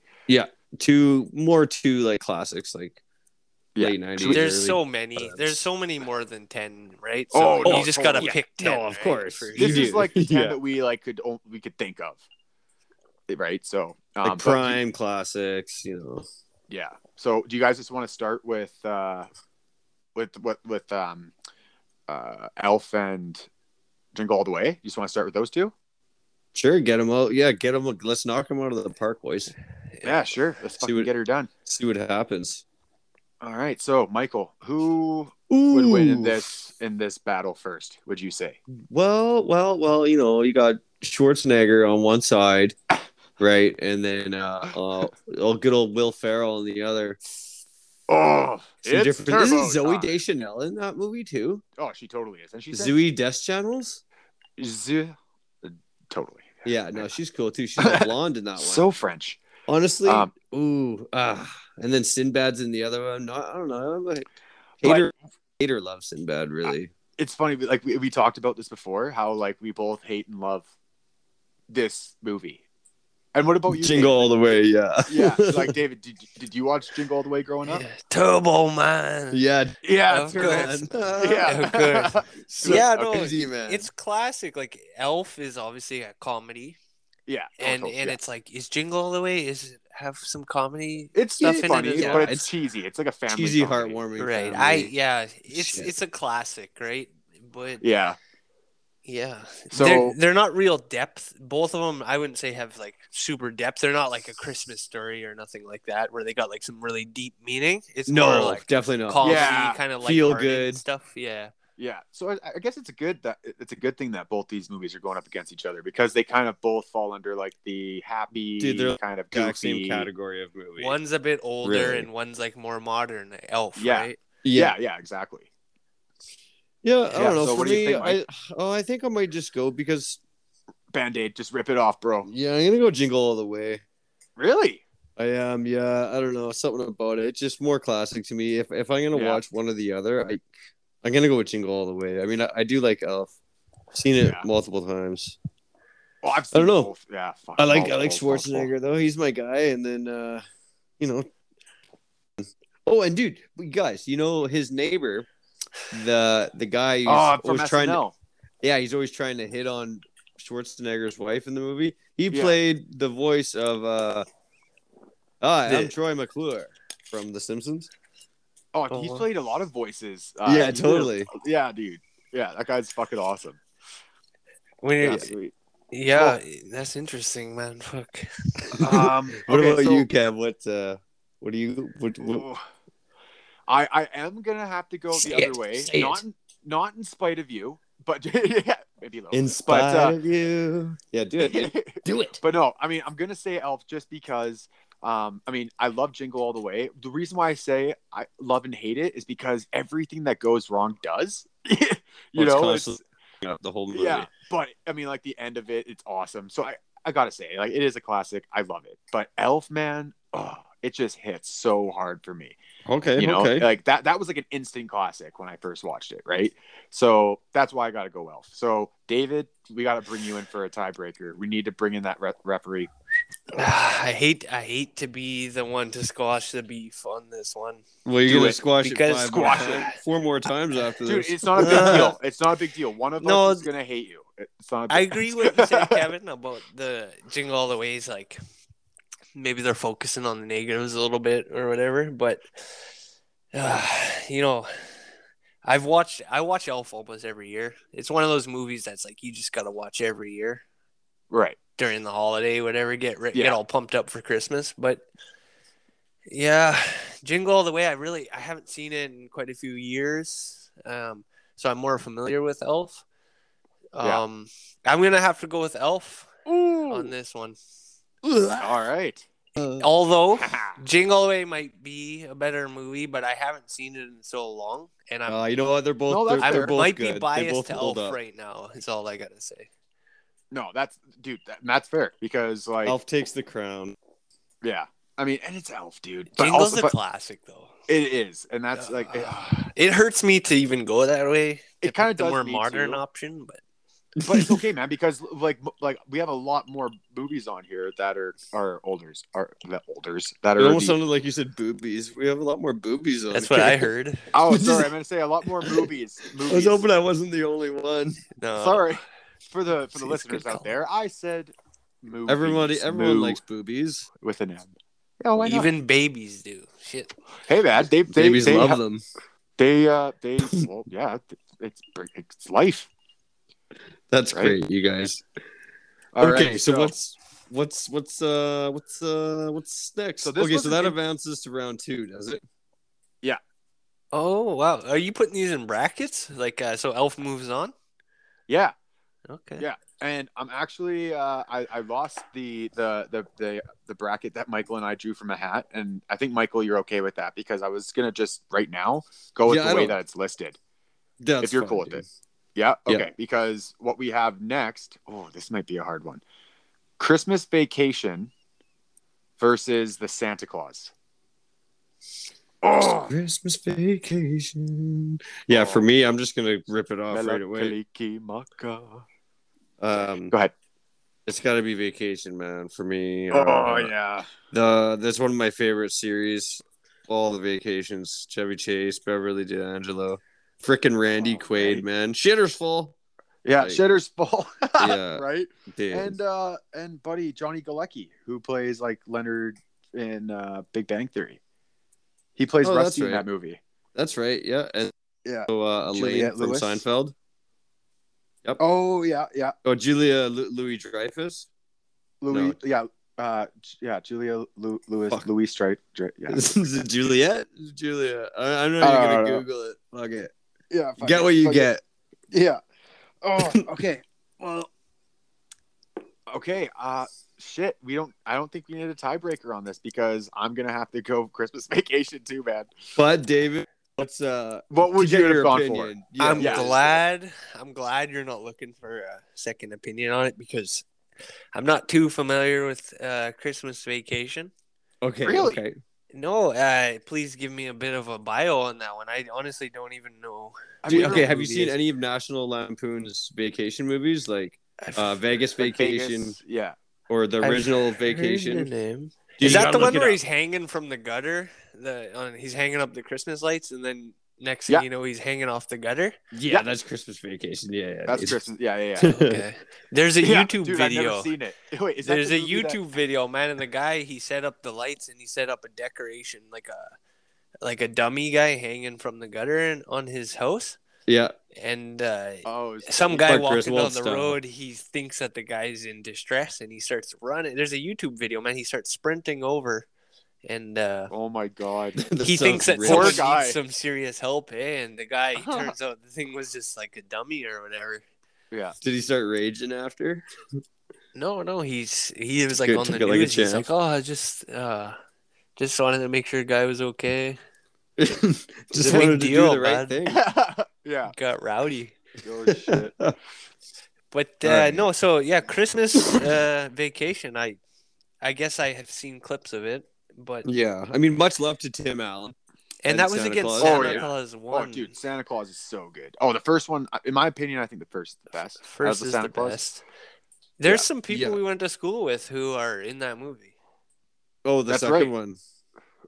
[SPEAKER 1] two more two like classics like
[SPEAKER 2] Yeah.
[SPEAKER 1] late nineties.
[SPEAKER 3] There's so many. There's so many more than ten, right? So
[SPEAKER 2] Oh,
[SPEAKER 3] you
[SPEAKER 2] no,
[SPEAKER 3] just gotta
[SPEAKER 2] totally.
[SPEAKER 3] pick
[SPEAKER 1] Yeah.
[SPEAKER 3] ten.
[SPEAKER 1] No, of
[SPEAKER 3] right?
[SPEAKER 1] course.
[SPEAKER 3] For
[SPEAKER 1] You
[SPEAKER 2] This
[SPEAKER 1] do.
[SPEAKER 2] is like the ten
[SPEAKER 1] Yeah.
[SPEAKER 2] that we like could o- we could think of, right? So um,
[SPEAKER 1] like
[SPEAKER 2] but-
[SPEAKER 1] prime classics, you know.
[SPEAKER 2] yeah. So do you guys just want to start with uh, with what with um, uh, Elf and Jingle All the Way? You just want to start with those two?
[SPEAKER 1] Sure, get them out. Yeah, get them. Let's knock them out of the park, boys.
[SPEAKER 2] Yeah, sure. Let's
[SPEAKER 1] See
[SPEAKER 2] fucking
[SPEAKER 1] what-
[SPEAKER 2] get her done.
[SPEAKER 1] See what happens.
[SPEAKER 2] All right. So Michael, who
[SPEAKER 1] Ooh.
[SPEAKER 2] would win in this in this battle first? Would you say?
[SPEAKER 1] Well, well, well. You know, you got Schwarzenegger on one side, right, and then uh, uh old good old Will Ferrell on the other.
[SPEAKER 2] Oh,
[SPEAKER 1] Some
[SPEAKER 2] it's
[SPEAKER 1] different- Isn't
[SPEAKER 2] turbo
[SPEAKER 1] Zoe
[SPEAKER 2] time.
[SPEAKER 1] Deschanel in that movie too?
[SPEAKER 2] Oh, she totally is, and she's
[SPEAKER 1] Zoe Deschanels.
[SPEAKER 2] Z- Uh, totally.
[SPEAKER 1] Yeah, no, she's cool too. She's like blonde in that one.
[SPEAKER 2] So French.
[SPEAKER 1] honestly,
[SPEAKER 2] um,
[SPEAKER 1] ooh, ah, and then Sinbad's in the other one. No, I don't know. I'm like,
[SPEAKER 2] But-
[SPEAKER 1] hater, hater loves Sinbad really.
[SPEAKER 2] It's funny, but, like we, we talked about this before, how like we both hate and love this movie. And what about Oh, you?
[SPEAKER 1] Jingle all the way, yeah,
[SPEAKER 2] David? Yeah, like David, did, did you watch Jingle All the Way growing up?
[SPEAKER 3] Turbo Man.
[SPEAKER 1] yeah,
[SPEAKER 2] Yeah,
[SPEAKER 3] Of
[SPEAKER 2] that's correct.
[SPEAKER 1] God.
[SPEAKER 2] Yeah,
[SPEAKER 1] So- yeah, no,
[SPEAKER 2] Okay.
[SPEAKER 1] easy man.
[SPEAKER 3] It's classic. Like Elf is obviously a comedy,
[SPEAKER 2] yeah,
[SPEAKER 3] and
[SPEAKER 2] Oh,
[SPEAKER 3] and
[SPEAKER 2] yeah.
[SPEAKER 3] it's like is Jingle all the way is it have some comedy.
[SPEAKER 2] it's
[SPEAKER 3] stuff
[SPEAKER 2] stuff
[SPEAKER 3] in it
[SPEAKER 2] funny,
[SPEAKER 3] is-
[SPEAKER 2] but
[SPEAKER 1] yeah,
[SPEAKER 2] it's,
[SPEAKER 1] it's
[SPEAKER 2] cheesy. It's like a family
[SPEAKER 1] cheesy,
[SPEAKER 2] comedy.
[SPEAKER 1] heartwarming.
[SPEAKER 3] right.
[SPEAKER 1] family.
[SPEAKER 3] I yeah. It's
[SPEAKER 1] Shit.
[SPEAKER 3] it's a classic, right? But
[SPEAKER 2] Yeah,
[SPEAKER 3] yeah.
[SPEAKER 2] So-
[SPEAKER 3] they're, they're not real depth. Both of them, I wouldn't say have like super depth. They're not like a Christmas story or nothing like that, where they got like some really deep meaning. It's more
[SPEAKER 1] no,
[SPEAKER 3] like
[SPEAKER 1] definitely not.
[SPEAKER 3] comedy,
[SPEAKER 2] Yeah.
[SPEAKER 3] kind of like
[SPEAKER 1] Feel good.
[SPEAKER 3] stuff. Yeah.
[SPEAKER 2] yeah. So I, I guess it's a good that it's a good thing that both these movies are going up against each other because they kind of both fall under like the happy
[SPEAKER 1] Dude, they're
[SPEAKER 2] kind of
[SPEAKER 1] Exact
[SPEAKER 2] goofy
[SPEAKER 1] same category of movie.
[SPEAKER 3] One's a bit older
[SPEAKER 1] Oh, Really?
[SPEAKER 3] and one's like more modern. Elf,
[SPEAKER 2] Yeah.
[SPEAKER 3] right?
[SPEAKER 2] Yeah, yeah, exactly.
[SPEAKER 1] yeah. I don't
[SPEAKER 2] Yeah,
[SPEAKER 1] know.
[SPEAKER 2] so
[SPEAKER 1] For
[SPEAKER 2] what do you
[SPEAKER 1] me,
[SPEAKER 2] think,
[SPEAKER 1] I oh, I think I might just go because
[SPEAKER 2] Band aid, just rip it off, bro.
[SPEAKER 1] yeah, I'm gonna go jingle all the way.
[SPEAKER 2] Really?
[SPEAKER 1] I am, yeah. I don't know something about it. It's just more classic to me. If if I'm gonna
[SPEAKER 2] Yeah.
[SPEAKER 1] watch one or the other, I I'm gonna go with Jingle All the Way. I mean, I, I do like Elf. Seen it
[SPEAKER 2] Yeah.
[SPEAKER 1] multiple times.
[SPEAKER 2] Oh,
[SPEAKER 1] I
[SPEAKER 2] I've
[SPEAKER 1] don't
[SPEAKER 2] seen
[SPEAKER 1] know.
[SPEAKER 2] both. Yeah, fuck,
[SPEAKER 1] I like I
[SPEAKER 2] multiple,
[SPEAKER 1] like Schwarzenegger though. He's my guy. And then, uh you know, oh, and dude, we guys, you know his neighbor, the the guy who's
[SPEAKER 2] multiple. Oh, from
[SPEAKER 1] always trying to
[SPEAKER 2] SNL.
[SPEAKER 1] yeah, he's always trying to hit on Schwarzenegger's wife in the movie. He
[SPEAKER 2] Yeah.
[SPEAKER 1] played the voice of uh Hi, I'm
[SPEAKER 3] The-
[SPEAKER 1] Troy McClure from The Simpsons.
[SPEAKER 2] Oh,
[SPEAKER 3] Oh,
[SPEAKER 2] he's
[SPEAKER 3] wow.
[SPEAKER 2] played a lot of voices.
[SPEAKER 1] Uh-huh. Yeah,
[SPEAKER 2] he did a-
[SPEAKER 1] totally.
[SPEAKER 2] Yeah, dude. Yeah, that guy's fucking awesome.
[SPEAKER 3] When you're-
[SPEAKER 2] Yeah, sweet.
[SPEAKER 3] Yeah, that's interesting, man. Fuck.
[SPEAKER 2] Um,
[SPEAKER 1] What
[SPEAKER 2] okay,
[SPEAKER 1] about
[SPEAKER 2] so-
[SPEAKER 1] you, Kev? What uh what do you what, what
[SPEAKER 2] Ooh. I I am gonna have to go
[SPEAKER 3] Say
[SPEAKER 2] the
[SPEAKER 3] it,
[SPEAKER 2] other way.
[SPEAKER 3] say
[SPEAKER 2] Not in, not in spite of you, but yeah, maybe a little.
[SPEAKER 1] in spite
[SPEAKER 2] uh,
[SPEAKER 1] of you? Yeah, do it. dude.
[SPEAKER 3] Do it.
[SPEAKER 2] but no, I mean I'm gonna say Elf just because. Um, I mean, I love Jingle All the Way. The reason why I say I love and hate it is because everything that goes wrong does. you
[SPEAKER 1] Well, it's
[SPEAKER 2] know, it's,
[SPEAKER 1] constantly the whole movie.
[SPEAKER 2] yeah. But I mean, like the end of it, it's awesome. So I I gotta say, like it is a classic. I love it. But Elf, man, oh, it just hits so hard for me
[SPEAKER 1] Okay,
[SPEAKER 2] you know
[SPEAKER 1] Eh,
[SPEAKER 2] uh,
[SPEAKER 1] okay.
[SPEAKER 2] like that that was like an instant classic when i first watched it right so that's why i gotta go elf so david we gotta bring you in for a tiebreaker we need to bring in that re- referee
[SPEAKER 3] I hate I hate to be the one to squash the beef on this one.
[SPEAKER 1] well, you're
[SPEAKER 2] do
[SPEAKER 1] gonna
[SPEAKER 2] it,
[SPEAKER 1] squash it,
[SPEAKER 3] because
[SPEAKER 1] five
[SPEAKER 2] squash
[SPEAKER 1] more
[SPEAKER 2] it.
[SPEAKER 1] times- four more times after
[SPEAKER 2] dude
[SPEAKER 1] this.
[SPEAKER 2] it's not a big deal it's not a big deal one of
[SPEAKER 3] No,
[SPEAKER 2] us is gonna hate you it's not a big
[SPEAKER 3] I agree with what you said, Kevin, about the jingle all the ways. Like maybe they're focusing on the negatives a little bit or whatever. But uh, you know, I've watched I watch Elf almost every year. It's one of those movies that's like you just gotta watch every year
[SPEAKER 2] right
[SPEAKER 3] during the holiday, whatever. Get ri-
[SPEAKER 2] Yeah.
[SPEAKER 3] get all pumped up for Christmas, but yeah, Jingle All the Way. I really I haven't seen it in quite a few years, um, so I'm more familiar with Elf.
[SPEAKER 2] Yeah.
[SPEAKER 3] Um, I'm gonna have to go with Elf on
[SPEAKER 2] Ooh.
[SPEAKER 3] this one.
[SPEAKER 2] all right
[SPEAKER 1] Uh,
[SPEAKER 3] Although Jingle All the Way might be a better movie, but I haven't seen it in so long, and I'm.
[SPEAKER 1] Uh, you know what? They're both.
[SPEAKER 2] No, that's
[SPEAKER 1] they're,
[SPEAKER 3] I
[SPEAKER 1] they're both
[SPEAKER 3] might
[SPEAKER 1] good.
[SPEAKER 3] be
[SPEAKER 1] They
[SPEAKER 3] biased
[SPEAKER 1] both
[SPEAKER 3] to Elf
[SPEAKER 1] hold up.
[SPEAKER 3] right now. Is all I gotta say.
[SPEAKER 2] no that's dude that, that's fair because like
[SPEAKER 1] Elf takes the crown.
[SPEAKER 2] yeah i mean and it's elf dude but
[SPEAKER 3] Jingle's
[SPEAKER 2] also
[SPEAKER 3] a
[SPEAKER 2] but
[SPEAKER 3] classic, though.
[SPEAKER 2] it is and that's like it,
[SPEAKER 3] It hurts me to even go that way.
[SPEAKER 2] It kinda
[SPEAKER 3] of the
[SPEAKER 2] does
[SPEAKER 3] more
[SPEAKER 2] me
[SPEAKER 3] modern
[SPEAKER 2] too.
[SPEAKER 3] option, but
[SPEAKER 2] but it's okay, man, because like like we have a lot more movies on here that are are olders are the olders that
[SPEAKER 1] It
[SPEAKER 2] are.
[SPEAKER 1] almost
[SPEAKER 2] The,
[SPEAKER 1] sounded like you said boobies. We have a lot more boobies on.
[SPEAKER 3] that's
[SPEAKER 1] here.
[SPEAKER 3] what I heard.
[SPEAKER 2] oh, sorry, I'm gonna say a lot more movies.
[SPEAKER 1] I
[SPEAKER 2] movies.
[SPEAKER 1] was hoping I wasn't the only one.
[SPEAKER 3] No,
[SPEAKER 2] sorry for the for the
[SPEAKER 3] Jeez,
[SPEAKER 2] listeners
[SPEAKER 3] good
[SPEAKER 2] out
[SPEAKER 3] call.
[SPEAKER 2] there. I said movies.
[SPEAKER 1] Everybody, everyone
[SPEAKER 2] Moo
[SPEAKER 1] likes boobies.
[SPEAKER 2] with an M. Yeah, why not?
[SPEAKER 3] even babies do. Shit,
[SPEAKER 2] Hey, man, they they
[SPEAKER 1] Babies
[SPEAKER 2] they,
[SPEAKER 1] love
[SPEAKER 2] ha-
[SPEAKER 1] them.
[SPEAKER 2] they uh they well yeah it's it's life.
[SPEAKER 1] That's
[SPEAKER 2] right?
[SPEAKER 1] great, you guys.
[SPEAKER 2] All right,
[SPEAKER 1] okay, so, what's what's what's uh what's uh what's next?
[SPEAKER 2] So this
[SPEAKER 1] okay,
[SPEAKER 2] was
[SPEAKER 1] so
[SPEAKER 2] an
[SPEAKER 1] that
[SPEAKER 2] in-
[SPEAKER 1] advances to round two, does it?
[SPEAKER 3] Oh wow, are you putting these in brackets? Like uh, so, Elf moves on.
[SPEAKER 2] yeah.
[SPEAKER 3] Okay.
[SPEAKER 2] Yeah. And I'm actually uh, I, I lost the, the the the the bracket that Michael and I drew from a hat, and I think Michael, you're okay with that because I was gonna just right now go with
[SPEAKER 1] Yeah,
[SPEAKER 2] the
[SPEAKER 1] I
[SPEAKER 2] way
[SPEAKER 1] don't-
[SPEAKER 2] that it's listed.
[SPEAKER 1] That's
[SPEAKER 2] If you're
[SPEAKER 1] fine,
[SPEAKER 2] cool with
[SPEAKER 1] dude.
[SPEAKER 2] it. Yeah.
[SPEAKER 1] Yeah.
[SPEAKER 2] Okay. Because what we have next, oh, this might be a hard one. Christmas Vacation versus the Santa Claus. Oh,
[SPEAKER 1] Christmas vacation. Yeah, for me, I'm just gonna rip
[SPEAKER 2] Oh,
[SPEAKER 1] it off right away.
[SPEAKER 2] Melakilimaka.
[SPEAKER 1] Um,
[SPEAKER 2] Go ahead.
[SPEAKER 1] it's got to be vacation, man. For me,
[SPEAKER 2] Oh
[SPEAKER 1] uh,
[SPEAKER 2] yeah.
[SPEAKER 1] the Uh, that's one of my favorite series. All the vacations: Chevy Chase, Beverly D'Angelo, frickin' Randy
[SPEAKER 2] Oh,
[SPEAKER 1] Quaid,
[SPEAKER 2] right.
[SPEAKER 1] man. Shitter's full.
[SPEAKER 2] Yeah,
[SPEAKER 1] Like-
[SPEAKER 2] Shitter's full.
[SPEAKER 1] Yeah.
[SPEAKER 2] Right?
[SPEAKER 1] Dude.
[SPEAKER 2] And uh and buddy Johnny Galecki, who plays like Leonard in uh Big Bang Theory. He plays
[SPEAKER 1] Oh, that's
[SPEAKER 2] Rusty in
[SPEAKER 1] right.
[SPEAKER 2] that movie.
[SPEAKER 1] that's right. Yeah. And
[SPEAKER 2] Yeah.
[SPEAKER 1] so uh, Elaine
[SPEAKER 2] Juliette
[SPEAKER 1] from
[SPEAKER 2] Lewis.
[SPEAKER 1] Seinfeld.
[SPEAKER 2] Oh yeah, yeah.
[SPEAKER 1] Oh, Julia Lu- Louis Dreyfus.
[SPEAKER 2] Louis
[SPEAKER 1] No.
[SPEAKER 2] yeah. Uh, J- yeah, Julia Lu- Louis
[SPEAKER 1] Fuck.
[SPEAKER 2] Louis Stripe. Dri- yeah,
[SPEAKER 1] Is it Juliet? Julia. I, I'm not
[SPEAKER 2] I
[SPEAKER 1] even
[SPEAKER 2] don't
[SPEAKER 1] gonna
[SPEAKER 2] know.
[SPEAKER 1] Google it. Fuck it.
[SPEAKER 2] yeah.
[SPEAKER 1] Get what you get.
[SPEAKER 2] Yeah. Oh, okay. well, okay. Uh, shit. We don't. I don't think we need a tiebreaker on this because I'm gonna have to go Christmas vacation too, man.
[SPEAKER 1] But David, what's uh?
[SPEAKER 2] What would
[SPEAKER 1] to get
[SPEAKER 2] you have
[SPEAKER 1] your
[SPEAKER 2] gone
[SPEAKER 1] opinion.
[SPEAKER 3] I'm
[SPEAKER 2] yeah.
[SPEAKER 3] glad. I'm glad you're not looking for a second opinion on it because I'm not too familiar with uh, Christmas Vacation.
[SPEAKER 1] Okay.
[SPEAKER 2] Really?
[SPEAKER 1] Okay.
[SPEAKER 3] No, uh, please give me a bit of a bio on that one. I honestly don't even know.
[SPEAKER 2] for?
[SPEAKER 1] Dude,
[SPEAKER 2] I mean,
[SPEAKER 1] okay. Have you seen
[SPEAKER 3] movies.
[SPEAKER 1] any of National Lampoon's vacation movies, like
[SPEAKER 3] I've-
[SPEAKER 1] uh, Vegas
[SPEAKER 2] like
[SPEAKER 1] Vacation
[SPEAKER 2] Vegas, Yeah.
[SPEAKER 1] or the
[SPEAKER 3] I've
[SPEAKER 1] original
[SPEAKER 3] heard the
[SPEAKER 1] Vacation?
[SPEAKER 3] name.
[SPEAKER 1] Dude,
[SPEAKER 3] Is
[SPEAKER 1] you
[SPEAKER 3] that
[SPEAKER 1] gotta
[SPEAKER 3] the
[SPEAKER 1] look
[SPEAKER 3] one
[SPEAKER 1] it
[SPEAKER 3] where
[SPEAKER 1] up.
[SPEAKER 3] he's hanging from the gutter? The on, he's hanging up the Christmas lights, and then next
[SPEAKER 2] Yeah.
[SPEAKER 3] thing you know, he's hanging off the gutter.
[SPEAKER 1] Yeah,
[SPEAKER 2] Yeah.
[SPEAKER 1] that's Christmas Vacation. Yeah, yeah
[SPEAKER 2] That's
[SPEAKER 1] dude.
[SPEAKER 2] Christmas. Yeah, yeah, yeah.
[SPEAKER 3] Okay. There's a
[SPEAKER 2] Yeah,
[SPEAKER 3] YouTube
[SPEAKER 2] dude, I've
[SPEAKER 3] video.
[SPEAKER 2] never seen it. Wait, is that
[SPEAKER 3] There's
[SPEAKER 2] the
[SPEAKER 3] a
[SPEAKER 2] movie that-
[SPEAKER 3] YouTube video, man, and the guy he set up the lights and he set up a decoration like a like a dummy guy hanging from the gutter and on his house,
[SPEAKER 1] yeah,
[SPEAKER 3] and uh,
[SPEAKER 2] Oh, is-
[SPEAKER 3] some guy
[SPEAKER 1] Clark
[SPEAKER 3] walking
[SPEAKER 1] Griswold
[SPEAKER 3] down the
[SPEAKER 1] style.
[SPEAKER 3] road. He thinks that the guy's in distress and he starts running. There's a YouTube video, man. He starts sprinting over, and uh,
[SPEAKER 2] Oh my god.
[SPEAKER 1] That
[SPEAKER 3] he
[SPEAKER 1] sounds
[SPEAKER 3] thinks that
[SPEAKER 1] rich.
[SPEAKER 2] Poor
[SPEAKER 3] someone
[SPEAKER 2] guy.
[SPEAKER 3] needs some serious help, eh? And the guy he turns out the thing was just like a dummy or whatever.
[SPEAKER 2] Yeah.
[SPEAKER 1] Did he start raging after?
[SPEAKER 3] No, no, he's he was like
[SPEAKER 1] Good,
[SPEAKER 3] on the
[SPEAKER 1] took it like a
[SPEAKER 3] news. he's
[SPEAKER 1] champ.
[SPEAKER 3] like, oh, I just uh, just wanted to make sure guy was okay.
[SPEAKER 1] Just
[SPEAKER 3] a big
[SPEAKER 1] wanted to do
[SPEAKER 3] deal,
[SPEAKER 1] the right thing.
[SPEAKER 2] yeah.
[SPEAKER 3] Got rowdy,
[SPEAKER 2] Oh shit.
[SPEAKER 3] but uh,
[SPEAKER 1] All right.
[SPEAKER 3] no. So yeah, Christmas uh, vacation. I I guess I have seen clips of it, but
[SPEAKER 1] yeah, I mean, much love to Tim Allen.
[SPEAKER 3] and
[SPEAKER 1] And
[SPEAKER 3] that was
[SPEAKER 1] Santa
[SPEAKER 3] against
[SPEAKER 1] Claus.
[SPEAKER 3] Santa
[SPEAKER 2] Oh, yeah.
[SPEAKER 3] Claus
[SPEAKER 2] Oh,
[SPEAKER 3] one.
[SPEAKER 2] dude, Santa Claus is so good. Oh, the first one, in my opinion, I think the first is the best. That was
[SPEAKER 3] First is the
[SPEAKER 2] Claus.
[SPEAKER 3] best. There's some people
[SPEAKER 1] Yeah.
[SPEAKER 3] we went to school with who are in that movie.
[SPEAKER 1] Oh, the
[SPEAKER 2] That's
[SPEAKER 1] second
[SPEAKER 2] right.
[SPEAKER 1] one.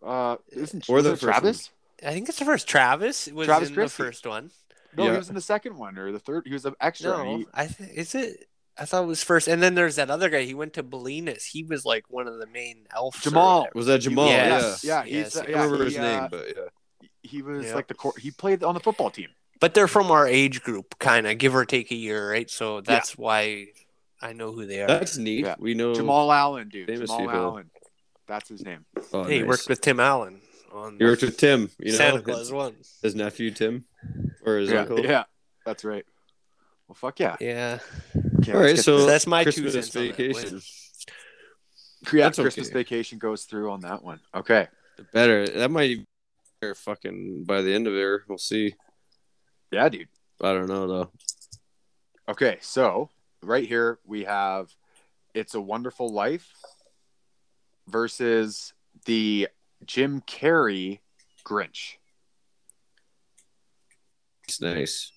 [SPEAKER 2] Uh, isn't
[SPEAKER 1] Or
[SPEAKER 2] was
[SPEAKER 1] the
[SPEAKER 2] it
[SPEAKER 1] first
[SPEAKER 2] Travis?
[SPEAKER 3] I think it's the first. Travis was
[SPEAKER 2] Travis
[SPEAKER 3] in
[SPEAKER 2] Christie.
[SPEAKER 3] the first one.
[SPEAKER 2] No,
[SPEAKER 1] Yeah.
[SPEAKER 2] he was in the second one or the third. He was an extra.
[SPEAKER 3] No,
[SPEAKER 2] and he-
[SPEAKER 3] I th- is it. I thought it was first, and then there's that other guy. He went to Bolinas. He was like one of the main elves. or
[SPEAKER 2] Jamal.
[SPEAKER 3] whatever.
[SPEAKER 1] Was that Jamal?
[SPEAKER 3] Yes.
[SPEAKER 1] Yeah,
[SPEAKER 2] yeah, he's,
[SPEAKER 3] Yes,
[SPEAKER 2] uh,
[SPEAKER 1] I
[SPEAKER 2] yeah,
[SPEAKER 1] don't remember
[SPEAKER 2] he,
[SPEAKER 1] his
[SPEAKER 2] uh,
[SPEAKER 1] name, but yeah.
[SPEAKER 2] he was
[SPEAKER 3] Yeah.
[SPEAKER 2] like the core. He played on the football team.
[SPEAKER 3] But they're from our age group, kind of give or take a year, right? So that's why I know who they are.
[SPEAKER 1] That's neat.
[SPEAKER 2] Yeah.
[SPEAKER 1] We know
[SPEAKER 2] Jamal Allen, dude.
[SPEAKER 1] Oh, famous
[SPEAKER 2] Jamal
[SPEAKER 1] people.
[SPEAKER 2] Allen. That's his name.
[SPEAKER 1] Oh,
[SPEAKER 3] hey, he
[SPEAKER 1] nice.
[SPEAKER 3] worked with Tim Allen on
[SPEAKER 1] He worked with Tim. You know,
[SPEAKER 3] Santa Claus one.
[SPEAKER 1] his nephew Tim, or his
[SPEAKER 2] Yeah,
[SPEAKER 1] uncle.
[SPEAKER 2] yeah, that's right. Well, fuck yeah.
[SPEAKER 3] Yeah,
[SPEAKER 2] Okay,
[SPEAKER 1] All right,
[SPEAKER 2] let's get-
[SPEAKER 1] so
[SPEAKER 3] So that's my two
[SPEAKER 1] Christmas
[SPEAKER 3] cents on that
[SPEAKER 1] vacation.
[SPEAKER 3] one.
[SPEAKER 2] yeah,
[SPEAKER 1] that's
[SPEAKER 2] Christmas
[SPEAKER 1] okay.
[SPEAKER 2] vacation goes through on that one. Okay.
[SPEAKER 1] better. That might be better fucking by the end of there. We'll see.
[SPEAKER 2] Yeah, dude.
[SPEAKER 1] I don't know though.
[SPEAKER 2] Okay, so right here we have It's a Wonderful Life versus the Jim Carrey Grinch.
[SPEAKER 1] It's nice.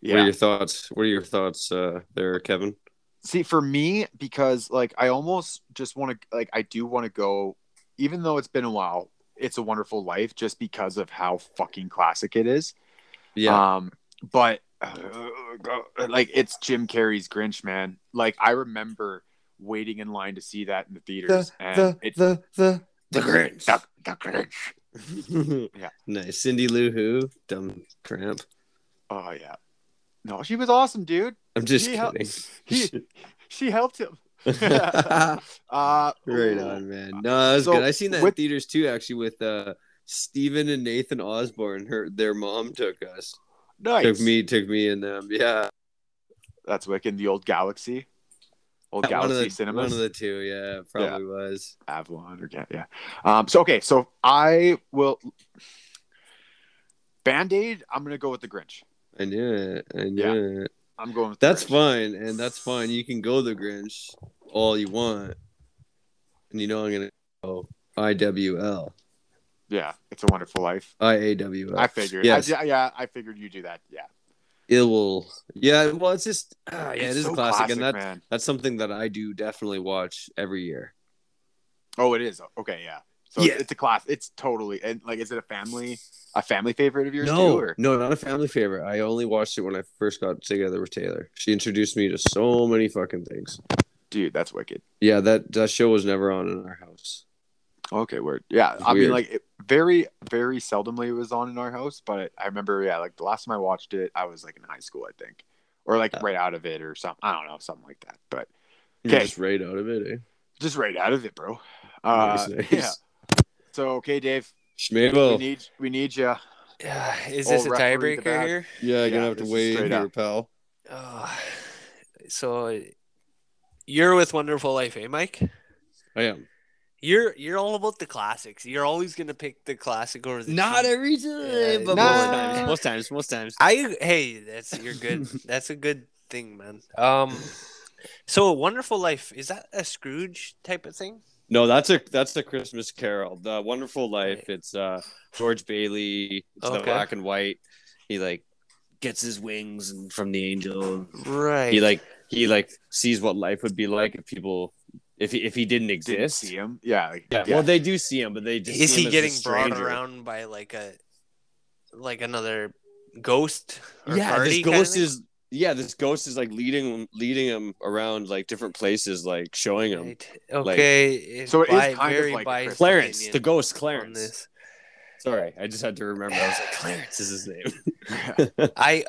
[SPEAKER 1] What are
[SPEAKER 2] Yeah.
[SPEAKER 1] your thoughts? What are your thoughts uh, there, Kevin?
[SPEAKER 2] See, for me, because like I almost just want to, like, I do want to go, even though it's been a while, It's a Wonderful Life just because of how fucking classic it is.
[SPEAKER 1] Yeah,
[SPEAKER 2] Um, but uh, like it's Jim Carrey's Grinch, man. Like I remember waiting in line to see that in the theaters. and it,
[SPEAKER 1] the the the Grinch.
[SPEAKER 2] the, the Grinch. Yeah.
[SPEAKER 1] nice. Cindy Lou Who, dumb cramp.
[SPEAKER 2] Oh yeah. No, she was awesome, dude.
[SPEAKER 1] I'm just
[SPEAKER 2] He hel-
[SPEAKER 1] kidding.
[SPEAKER 2] He she helped him. Uh
[SPEAKER 1] right on, man. No, that was
[SPEAKER 2] So,
[SPEAKER 1] good. I seen that
[SPEAKER 2] with-
[SPEAKER 1] in theaters too, actually, with uh, Steven and Nathan Osborne. Her, their mom took us.
[SPEAKER 2] Nice.
[SPEAKER 1] Took me, took me and them. Yeah,
[SPEAKER 2] That's wicked. The old Galaxy. Old
[SPEAKER 1] one
[SPEAKER 2] Galaxy
[SPEAKER 1] of the
[SPEAKER 2] Cinemas.
[SPEAKER 1] one of the two. Yeah, it probably was.
[SPEAKER 2] Avalon or Ga- yeah. Um, so okay, so I will Band-Aid, I'm gonna go with the Grinch.
[SPEAKER 1] I knew it. I knew it.
[SPEAKER 2] I'm going. With the
[SPEAKER 1] That's
[SPEAKER 2] Grinch.
[SPEAKER 1] fine, and that's fine. You can go the Grinch all you want, and you know I'm gonna go I W L
[SPEAKER 2] Yeah, it's a wonderful life.
[SPEAKER 1] I A W L.
[SPEAKER 2] I figured.
[SPEAKER 1] Yes,
[SPEAKER 2] I, yeah, yeah, I figured you do that. Yeah.
[SPEAKER 1] it will. Yeah, well, it's just ah, yeah,
[SPEAKER 2] It's
[SPEAKER 1] it is
[SPEAKER 2] so
[SPEAKER 1] a classic, and that's
[SPEAKER 2] man.
[SPEAKER 1] that's something that I do definitely watch every year.
[SPEAKER 2] Oh, it is. Okay, yeah. So
[SPEAKER 1] Yeah.
[SPEAKER 2] it's a class. It's totally and like, is it a family, a family favorite of yours too?
[SPEAKER 1] No,
[SPEAKER 2] Or?
[SPEAKER 1] no, not a family favorite. I only watched it when I first got together with Taylor. She introduced me to so many fucking things.
[SPEAKER 2] Dude, that's wicked.
[SPEAKER 1] Yeah, that that show was never on in our house.
[SPEAKER 2] Okay, word. Yeah,
[SPEAKER 1] It's
[SPEAKER 2] I mean,
[SPEAKER 1] weird.
[SPEAKER 2] like, it, very, very seldomly it was on in our house, but I remember, yeah, like the last time I watched it, I was like in high school, I think, or like
[SPEAKER 1] Yeah.
[SPEAKER 2] right out of it or something. I don't know, something like that. But
[SPEAKER 1] You're
[SPEAKER 2] Okay.
[SPEAKER 1] just right out of it. Eh?
[SPEAKER 2] just right out of it, bro. Uh,
[SPEAKER 1] Nice, nice.
[SPEAKER 2] Yeah. So okay, Dave, we
[SPEAKER 1] Schmabo.
[SPEAKER 2] need we need you.
[SPEAKER 3] Yeah, is
[SPEAKER 2] Oh,
[SPEAKER 3] this a
[SPEAKER 2] referee the
[SPEAKER 3] tiebreaker
[SPEAKER 2] bad.
[SPEAKER 3] here?
[SPEAKER 1] yeah, you're
[SPEAKER 2] yeah,
[SPEAKER 1] gonna have to
[SPEAKER 2] this is
[SPEAKER 1] wait
[SPEAKER 2] straight
[SPEAKER 1] here,
[SPEAKER 2] up.
[SPEAKER 1] pal.
[SPEAKER 3] Oh, so you're with Wonderful Life, eh, Mike?
[SPEAKER 1] I am.
[SPEAKER 3] You're you're all about the classics. You're always gonna pick the classic over the cheap.
[SPEAKER 1] every
[SPEAKER 3] Yeah,
[SPEAKER 2] but most
[SPEAKER 1] nah.
[SPEAKER 2] times,
[SPEAKER 1] Most times. Most times.
[SPEAKER 3] I hey, that's you're good. that's a good thing, man. Um, so a Wonderful Life is that a Scrooge type of thing?
[SPEAKER 1] No, that's a that's a Christmas Carol. The Wonderful Life. It's uh George Bailey. It's the
[SPEAKER 3] Okay.
[SPEAKER 1] black and white. He like gets his wings and from the angel.
[SPEAKER 3] Right.
[SPEAKER 1] He like he like sees what life would be like if people if he, if he didn't
[SPEAKER 2] Didn't
[SPEAKER 1] exist.
[SPEAKER 2] see him? Yeah, like,
[SPEAKER 1] Yeah, Well, they do see him, but they just
[SPEAKER 3] is
[SPEAKER 1] see
[SPEAKER 3] he
[SPEAKER 1] him as a
[SPEAKER 3] getting brought
[SPEAKER 1] stranger.
[SPEAKER 3] around by like a like another ghost? Or
[SPEAKER 1] yeah,
[SPEAKER 3] party
[SPEAKER 1] this
[SPEAKER 3] kinda
[SPEAKER 1] ghost
[SPEAKER 3] thing?
[SPEAKER 1] is yeah, this ghost is like leading leading him around like different places, like showing him.
[SPEAKER 3] Right. Okay.
[SPEAKER 2] So it is
[SPEAKER 3] bi-
[SPEAKER 2] kind of
[SPEAKER 3] very
[SPEAKER 2] like a
[SPEAKER 3] biased
[SPEAKER 1] Clarence,
[SPEAKER 3] opinion
[SPEAKER 1] the ghost
[SPEAKER 3] on
[SPEAKER 1] Clarence.
[SPEAKER 3] this.
[SPEAKER 1] Sorry, I just had to remember. I was like, Clarence is his name.
[SPEAKER 3] I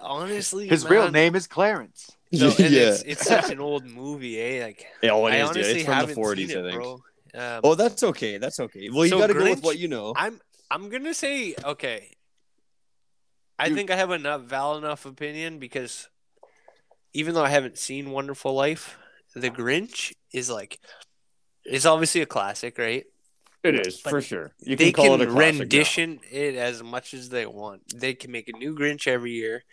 [SPEAKER 3] honestly
[SPEAKER 2] his real
[SPEAKER 3] man,
[SPEAKER 2] name is Clarence.
[SPEAKER 3] No, and
[SPEAKER 1] yeah.
[SPEAKER 3] it's, it's such an old movie, eh? Like
[SPEAKER 1] yeah, oh, it
[SPEAKER 3] I
[SPEAKER 1] is, dude.
[SPEAKER 3] honestly
[SPEAKER 1] It's from the
[SPEAKER 3] haven't
[SPEAKER 1] 40s,
[SPEAKER 3] seen it,
[SPEAKER 1] I think.
[SPEAKER 3] bro. Um,
[SPEAKER 1] Oh, that's okay. That's okay. Well, you
[SPEAKER 3] So
[SPEAKER 1] got to go
[SPEAKER 3] Grinch-
[SPEAKER 1] with what you know.
[SPEAKER 3] I'm I'm gonna say okay. I
[SPEAKER 2] You-
[SPEAKER 3] think I have enough valid enough opinion because even though I haven't seen Wonderful Life, The Grinch is like it's obviously a classic, right?
[SPEAKER 1] It is
[SPEAKER 3] but
[SPEAKER 1] for sure. You
[SPEAKER 3] they can,
[SPEAKER 1] classic now.
[SPEAKER 3] rendition it as much as they want. They can make a new Grinch every year.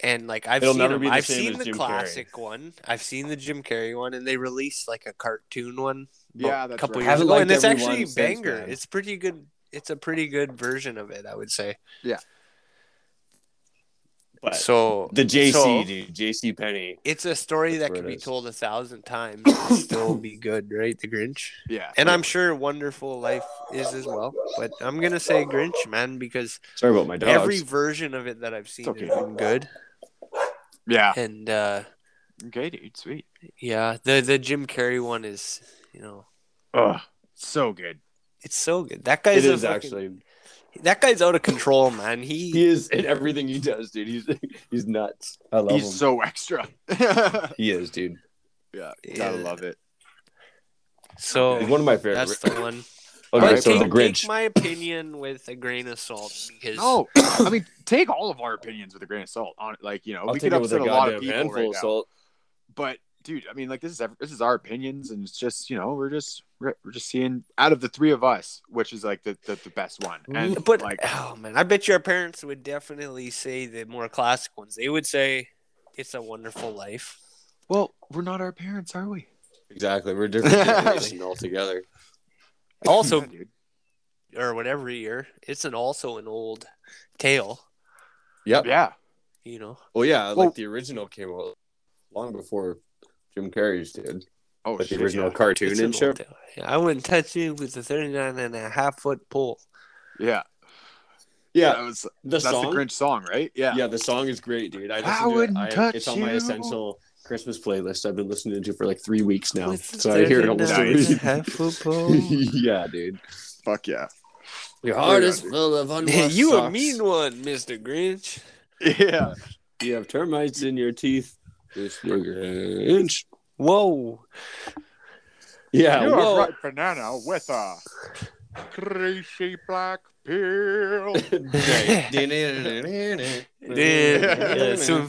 [SPEAKER 3] And like I've
[SPEAKER 1] It'll
[SPEAKER 3] seen
[SPEAKER 1] never
[SPEAKER 3] them.
[SPEAKER 1] be the
[SPEAKER 3] I've
[SPEAKER 1] same
[SPEAKER 3] seen
[SPEAKER 1] as
[SPEAKER 3] the
[SPEAKER 1] Jim Carrey.
[SPEAKER 3] classic one. I've seen the Jim Carrey one and they released like a cartoon one about
[SPEAKER 2] Yeah, that's
[SPEAKER 3] a couple
[SPEAKER 2] right.
[SPEAKER 3] years
[SPEAKER 1] Haven't
[SPEAKER 3] ago
[SPEAKER 1] liked
[SPEAKER 3] and it's
[SPEAKER 1] every
[SPEAKER 3] actually
[SPEAKER 1] one since
[SPEAKER 3] banger.
[SPEAKER 1] then.
[SPEAKER 3] It's pretty good it's a pretty good version of it, I would say.
[SPEAKER 1] But
[SPEAKER 3] so
[SPEAKER 1] the JC,
[SPEAKER 3] so-
[SPEAKER 1] dude, JC Penny.
[SPEAKER 3] it's a story
[SPEAKER 1] That's
[SPEAKER 3] that
[SPEAKER 1] where
[SPEAKER 3] can
[SPEAKER 1] it
[SPEAKER 3] be
[SPEAKER 1] is.
[SPEAKER 3] told a thousand times and still be good, right? The Grinch.
[SPEAKER 2] Yeah,
[SPEAKER 3] And I'm sure Wonderful Life is as well. But I'm gonna say Grinch, man, because
[SPEAKER 1] Sorry about my dog.
[SPEAKER 3] every version of it that I've seen
[SPEAKER 2] It's okay.
[SPEAKER 3] has been good.
[SPEAKER 2] yeah.
[SPEAKER 3] And uh
[SPEAKER 2] Okay, dude, sweet.
[SPEAKER 3] yeah, the the Jim Carrey one is, you know,
[SPEAKER 2] Ugh, so good.
[SPEAKER 3] it's so good. That guy's
[SPEAKER 1] it
[SPEAKER 3] a
[SPEAKER 1] is
[SPEAKER 3] fucking-
[SPEAKER 1] actually.
[SPEAKER 3] that guy's out of control, man.
[SPEAKER 1] He is in everything he does, dude. He's he's nuts. I love him.
[SPEAKER 2] He's so extra. yeah,
[SPEAKER 1] he is, dude.
[SPEAKER 2] gotta love it.
[SPEAKER 3] So
[SPEAKER 1] He's one of my favorites.
[SPEAKER 3] Oh, that's the one.
[SPEAKER 1] Okay,
[SPEAKER 2] Alright,
[SPEAKER 1] so
[SPEAKER 2] take-
[SPEAKER 1] the Grinch.
[SPEAKER 3] Take my opinion with a grain of salt because
[SPEAKER 2] No, I mean, take all of our opinions with a grain of salt. On like, you know,
[SPEAKER 1] I'll
[SPEAKER 2] we
[SPEAKER 1] take
[SPEAKER 2] could
[SPEAKER 1] it with a
[SPEAKER 2] upset a, lot of
[SPEAKER 1] goddamn
[SPEAKER 2] people
[SPEAKER 1] handful
[SPEAKER 2] right
[SPEAKER 1] of
[SPEAKER 2] now.
[SPEAKER 1] salt.
[SPEAKER 2] But dude, I mean, like, this is ev- this is our opinions, and it's just you know, we're just we're, we're just seeing out of the three of us, which is like the the, the best one.
[SPEAKER 1] Mm-hmm.
[SPEAKER 2] And
[SPEAKER 3] but
[SPEAKER 2] like,
[SPEAKER 3] oh man, I bet your parents would definitely say the more classic ones. They would say it's a wonderful life.
[SPEAKER 2] well, we're not our parents, are we?
[SPEAKER 1] Exactly, we're a different generation altogether.
[SPEAKER 3] Also,
[SPEAKER 2] Yeah, dude.
[SPEAKER 3] or whatever year, it's an also an old tale,
[SPEAKER 1] Yep.
[SPEAKER 2] yeah.
[SPEAKER 3] you know.
[SPEAKER 1] Well, yeah, like
[SPEAKER 2] Well-
[SPEAKER 1] the original came out long before Jim Carrey's did,
[SPEAKER 2] Oh,
[SPEAKER 1] like the
[SPEAKER 2] shit,
[SPEAKER 1] original
[SPEAKER 2] yeah.
[SPEAKER 1] cartoon
[SPEAKER 3] It's an
[SPEAKER 1] and shit.
[SPEAKER 3] old tale. Yeah, I wouldn't touch you with a 39 and a half foot pole.
[SPEAKER 2] Yeah, that
[SPEAKER 1] Yeah,
[SPEAKER 2] was
[SPEAKER 1] the
[SPEAKER 2] that's
[SPEAKER 1] song.
[SPEAKER 2] the Grinch song, right? Yeah.
[SPEAKER 1] Yeah, the song is great, dude. I, listen
[SPEAKER 2] I
[SPEAKER 1] to it.
[SPEAKER 2] wouldn't
[SPEAKER 1] I-
[SPEAKER 2] touch
[SPEAKER 1] It's on my
[SPEAKER 2] you.
[SPEAKER 1] essential Christmas playlist. I've been listening to for like three weeks now,
[SPEAKER 3] With a
[SPEAKER 1] so I hear it
[SPEAKER 3] 39
[SPEAKER 1] almost
[SPEAKER 2] Nice.
[SPEAKER 1] every.
[SPEAKER 3] and a half foot pole.
[SPEAKER 1] yeah, dude.
[SPEAKER 2] Fuck yeah.
[SPEAKER 1] Your
[SPEAKER 2] heart
[SPEAKER 1] heart
[SPEAKER 2] is
[SPEAKER 1] is full of unwashed
[SPEAKER 3] you a mean one, Mr. Grinch.
[SPEAKER 2] Yeah.
[SPEAKER 1] You have termites in your teeth. Mr. Grinch.
[SPEAKER 3] Whoa.
[SPEAKER 1] Yeah,
[SPEAKER 2] You're
[SPEAKER 1] whoa.
[SPEAKER 2] a ripe banana with a greasy black Peel.
[SPEAKER 3] Dude,
[SPEAKER 2] Mm-hmm. Yeah.
[SPEAKER 3] uh, some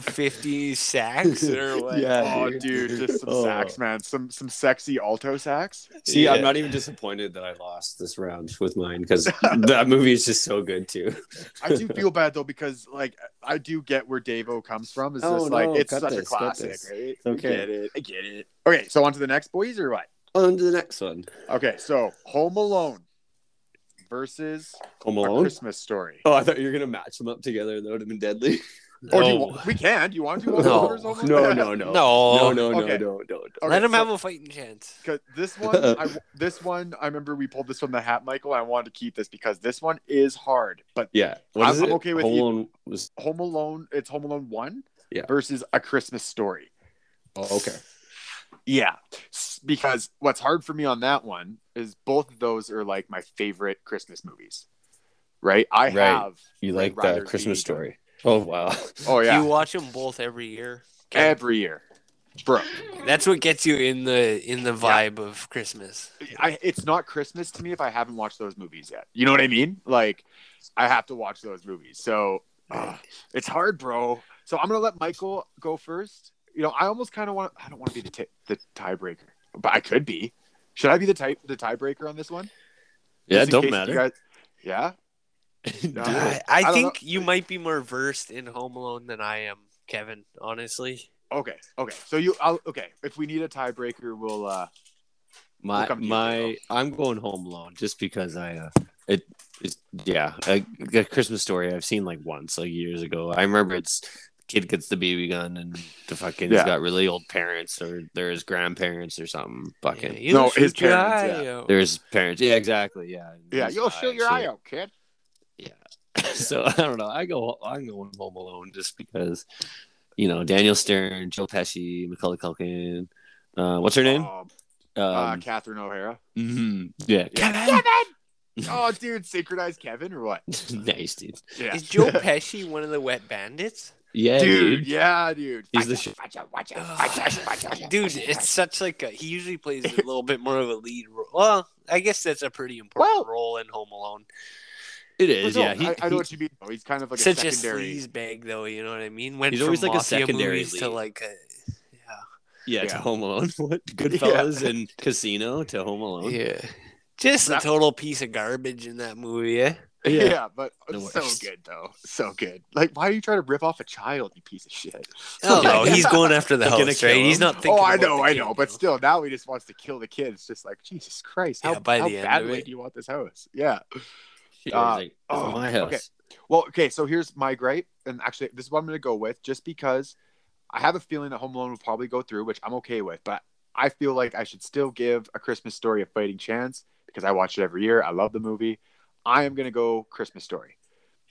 [SPEAKER 3] 50 sacks or what?
[SPEAKER 1] Yeah.
[SPEAKER 2] Oh, dude, just some
[SPEAKER 1] Oh.
[SPEAKER 2] sax, man. Some some sexy alto sax.
[SPEAKER 1] See,
[SPEAKER 3] Yeah.
[SPEAKER 1] I'm not even disappointed that I lost this round with mine because that movie is just so good too.
[SPEAKER 2] I do feel bad though because like I do get where Davo comes from. It's
[SPEAKER 1] No,
[SPEAKER 2] just like
[SPEAKER 1] Oh, no,
[SPEAKER 2] it's
[SPEAKER 1] cut
[SPEAKER 2] such a
[SPEAKER 1] this, cut
[SPEAKER 2] classic,
[SPEAKER 1] this.
[SPEAKER 2] right?
[SPEAKER 1] It's okay.
[SPEAKER 2] I get it. I get it. Okay, so on to the next boys or what?
[SPEAKER 1] On to the next one.
[SPEAKER 2] Okay, so Home Alone versus
[SPEAKER 1] Home
[SPEAKER 2] A
[SPEAKER 1] Alone.
[SPEAKER 2] Christmas Story.
[SPEAKER 1] Oh, I thought you were gonna match them up together. That would have been deadly.
[SPEAKER 2] Or do you,
[SPEAKER 3] No.
[SPEAKER 2] wa- we can. Do you want to do Home
[SPEAKER 3] No.
[SPEAKER 2] Alone versus Home
[SPEAKER 1] No,
[SPEAKER 2] Alone?
[SPEAKER 1] no,
[SPEAKER 3] No.
[SPEAKER 1] Oh. no, no, no, no,
[SPEAKER 2] Oh, Okay.
[SPEAKER 1] no, no, no.
[SPEAKER 2] Okay,
[SPEAKER 3] Let him
[SPEAKER 2] so-
[SPEAKER 3] have a fighting chance.
[SPEAKER 2] 'Cause this one, I, this one, I remember we pulled this from the hat, Michael. I wanted to keep this because this one is hard. But
[SPEAKER 1] Yeah,
[SPEAKER 2] I'm- I'm okay with
[SPEAKER 1] Home
[SPEAKER 2] you-
[SPEAKER 1] Alone was
[SPEAKER 2] Home Alone, it's Home Alone one
[SPEAKER 1] Yeah.
[SPEAKER 2] versus A Christmas Story.
[SPEAKER 1] oh, okay.
[SPEAKER 2] Yeah, S- because what's hard for me on that one is both of those are like my favorite Christmas movies. Right, I
[SPEAKER 1] Right.
[SPEAKER 2] have.
[SPEAKER 1] You
[SPEAKER 2] I'd
[SPEAKER 1] like
[SPEAKER 2] rather
[SPEAKER 1] the Christmas
[SPEAKER 2] be-
[SPEAKER 1] story? Oh wow.
[SPEAKER 2] Oh yeah,
[SPEAKER 3] You watch them both every year.
[SPEAKER 2] every year, bro.
[SPEAKER 3] That's what gets you in the in the vibe of Christmas.
[SPEAKER 2] I, it's not Christmas to me if I haven't watched those movies yet. You know what I mean? Like, I have to watch those movies. So uh, it's hard, bro. So I'm gonna let Michael go first. You know, I almost kind of want. I don't want to be the ti- the tiebreaker, but I could be. Should I be the type the tiebreaker on this one?
[SPEAKER 1] Yeah, it
[SPEAKER 2] Just in
[SPEAKER 1] don't
[SPEAKER 2] case
[SPEAKER 1] matter.
[SPEAKER 2] you guys- yeah.
[SPEAKER 1] Do
[SPEAKER 2] Uh,
[SPEAKER 1] it.
[SPEAKER 3] I, I,
[SPEAKER 2] I don't
[SPEAKER 3] think you might be more versed in Home Alone than I am, Kevin. Honestly,
[SPEAKER 2] Okay. Okay. So you. I'll, okay. If we need a tiebreaker, we'll. uh we'll
[SPEAKER 1] my
[SPEAKER 2] come to you,
[SPEAKER 1] my, I'm going Home Alone just because I uh, it it's yeah. A, a Christmas story I've seen like once like years ago. I remember it's kid gets the BB gun and the fucking
[SPEAKER 2] Yeah.
[SPEAKER 1] he's got really old parents or they're his grandparents or something. Fucking
[SPEAKER 3] Yeah, you
[SPEAKER 2] No,
[SPEAKER 3] should
[SPEAKER 2] his
[SPEAKER 3] try,
[SPEAKER 2] parents,
[SPEAKER 3] yo.
[SPEAKER 1] They're his parents. Yeah, exactly. Yeah.
[SPEAKER 2] Yeah.
[SPEAKER 1] He's
[SPEAKER 2] You'll
[SPEAKER 1] high,
[SPEAKER 2] shoot your
[SPEAKER 1] so-
[SPEAKER 2] eye out, kid.
[SPEAKER 1] so I don't know. I go. I'm going Home Alone just because, you know, Daniel Stern, Joe Pesci, Macaulay Culkin. Uh, what's her name?
[SPEAKER 2] Um,
[SPEAKER 1] Um,
[SPEAKER 2] uh, Catherine O'Hara.
[SPEAKER 1] mhm, yeah.
[SPEAKER 2] Kevin. oh, dude, synchronized Kevin or what?
[SPEAKER 1] nice dude.
[SPEAKER 2] Yeah.
[SPEAKER 3] Is Joe Pesci one of the Wet Bandits?
[SPEAKER 1] Yeah,
[SPEAKER 2] dude,
[SPEAKER 1] dude.
[SPEAKER 2] Yeah, dude.
[SPEAKER 1] He's the shit.
[SPEAKER 2] Watch out, watch out, watch out, watch out, watch out.
[SPEAKER 3] Dude, it's such like a, he usually plays a little bit more of a lead role. Well, I guess that's a pretty important
[SPEAKER 2] Well-
[SPEAKER 3] role in Home Alone.
[SPEAKER 1] It
[SPEAKER 2] Well,
[SPEAKER 1] is.
[SPEAKER 2] no,
[SPEAKER 1] yeah, he,
[SPEAKER 2] I, I
[SPEAKER 1] he-
[SPEAKER 2] know what you mean. though. He's kind of like
[SPEAKER 3] Such
[SPEAKER 2] a secondary.
[SPEAKER 3] a sleaze bag, though. You know what I mean? Went
[SPEAKER 1] He's
[SPEAKER 3] from
[SPEAKER 1] always like a
[SPEAKER 3] mafia
[SPEAKER 1] secondary
[SPEAKER 3] movies to
[SPEAKER 1] lead.
[SPEAKER 3] like a
[SPEAKER 1] yeah,
[SPEAKER 3] yeah,
[SPEAKER 1] to
[SPEAKER 2] yeah.
[SPEAKER 1] Home Alone. What Goodfellas and Casino to Home Alone.
[SPEAKER 3] yeah, just a
[SPEAKER 2] That-
[SPEAKER 3] total piece of garbage in that movie. Eh?
[SPEAKER 2] yeah.
[SPEAKER 1] yeah.
[SPEAKER 2] but
[SPEAKER 1] The
[SPEAKER 2] so
[SPEAKER 1] worst.
[SPEAKER 2] good though, so good. Like, why are you trying to rip off a child, you piece of shit?
[SPEAKER 3] Oh no, he's going after the
[SPEAKER 1] Gonna
[SPEAKER 3] house,
[SPEAKER 1] kill
[SPEAKER 3] right? He's
[SPEAKER 1] him.
[SPEAKER 3] not thinking.
[SPEAKER 2] Oh, I
[SPEAKER 3] about
[SPEAKER 2] know,
[SPEAKER 3] the
[SPEAKER 2] I
[SPEAKER 3] kid,
[SPEAKER 2] know,
[SPEAKER 3] you
[SPEAKER 2] but still, now he just wants to kill the kid. It's just like Jesus Christ, how,
[SPEAKER 3] Yeah, by
[SPEAKER 2] how
[SPEAKER 3] the end of
[SPEAKER 2] badly
[SPEAKER 3] it.
[SPEAKER 2] do you want this house? Yeah.
[SPEAKER 1] Shit,
[SPEAKER 2] Uh,
[SPEAKER 1] it's like,
[SPEAKER 2] oh,
[SPEAKER 1] my house.
[SPEAKER 2] okay. Well, okay, so here's my gripe, and actually, this is what I'm going to go with, just because I have a feeling that Home Alone will probably go through, which I'm okay with. But I feel like I should still give A Christmas Story a fighting chance because I watch it every year. I love the movie. I am going to go Christmas Story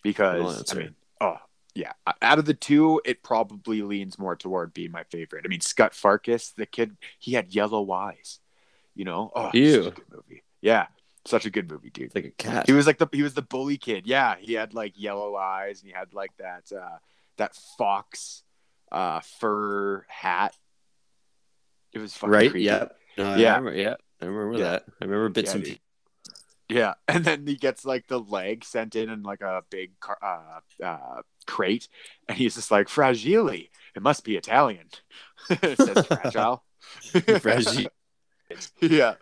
[SPEAKER 2] because
[SPEAKER 1] Well, that's
[SPEAKER 2] I
[SPEAKER 1] fair.
[SPEAKER 2] mean, oh yeah, out of the two, it probably leans more toward being my favorite. I mean, Scott Farkas, the kid, he had yellow eyes. You know, oh,
[SPEAKER 1] Ew.
[SPEAKER 2] such a good movie. Yeah, such a good movie, dude.
[SPEAKER 1] It's like a cat.
[SPEAKER 2] He was like the he was the bully kid. Yeah, he had like yellow eyes and he had like that uh that fox uh fur hat. It was fucking
[SPEAKER 1] right?
[SPEAKER 2] creepy.
[SPEAKER 1] Yep. No, I
[SPEAKER 2] Yeah.
[SPEAKER 1] remember, yeah. I remember
[SPEAKER 2] Yeah.
[SPEAKER 1] that. I remember bits
[SPEAKER 2] Yeah,
[SPEAKER 1] and
[SPEAKER 2] dude.
[SPEAKER 1] pieces.
[SPEAKER 2] Yeah, and then he gets like the leg sent in in like a big car, uh, uh, crate, and he's just like fragile. It must be Italian. it says fragile.
[SPEAKER 1] Reggie.
[SPEAKER 2] yeah.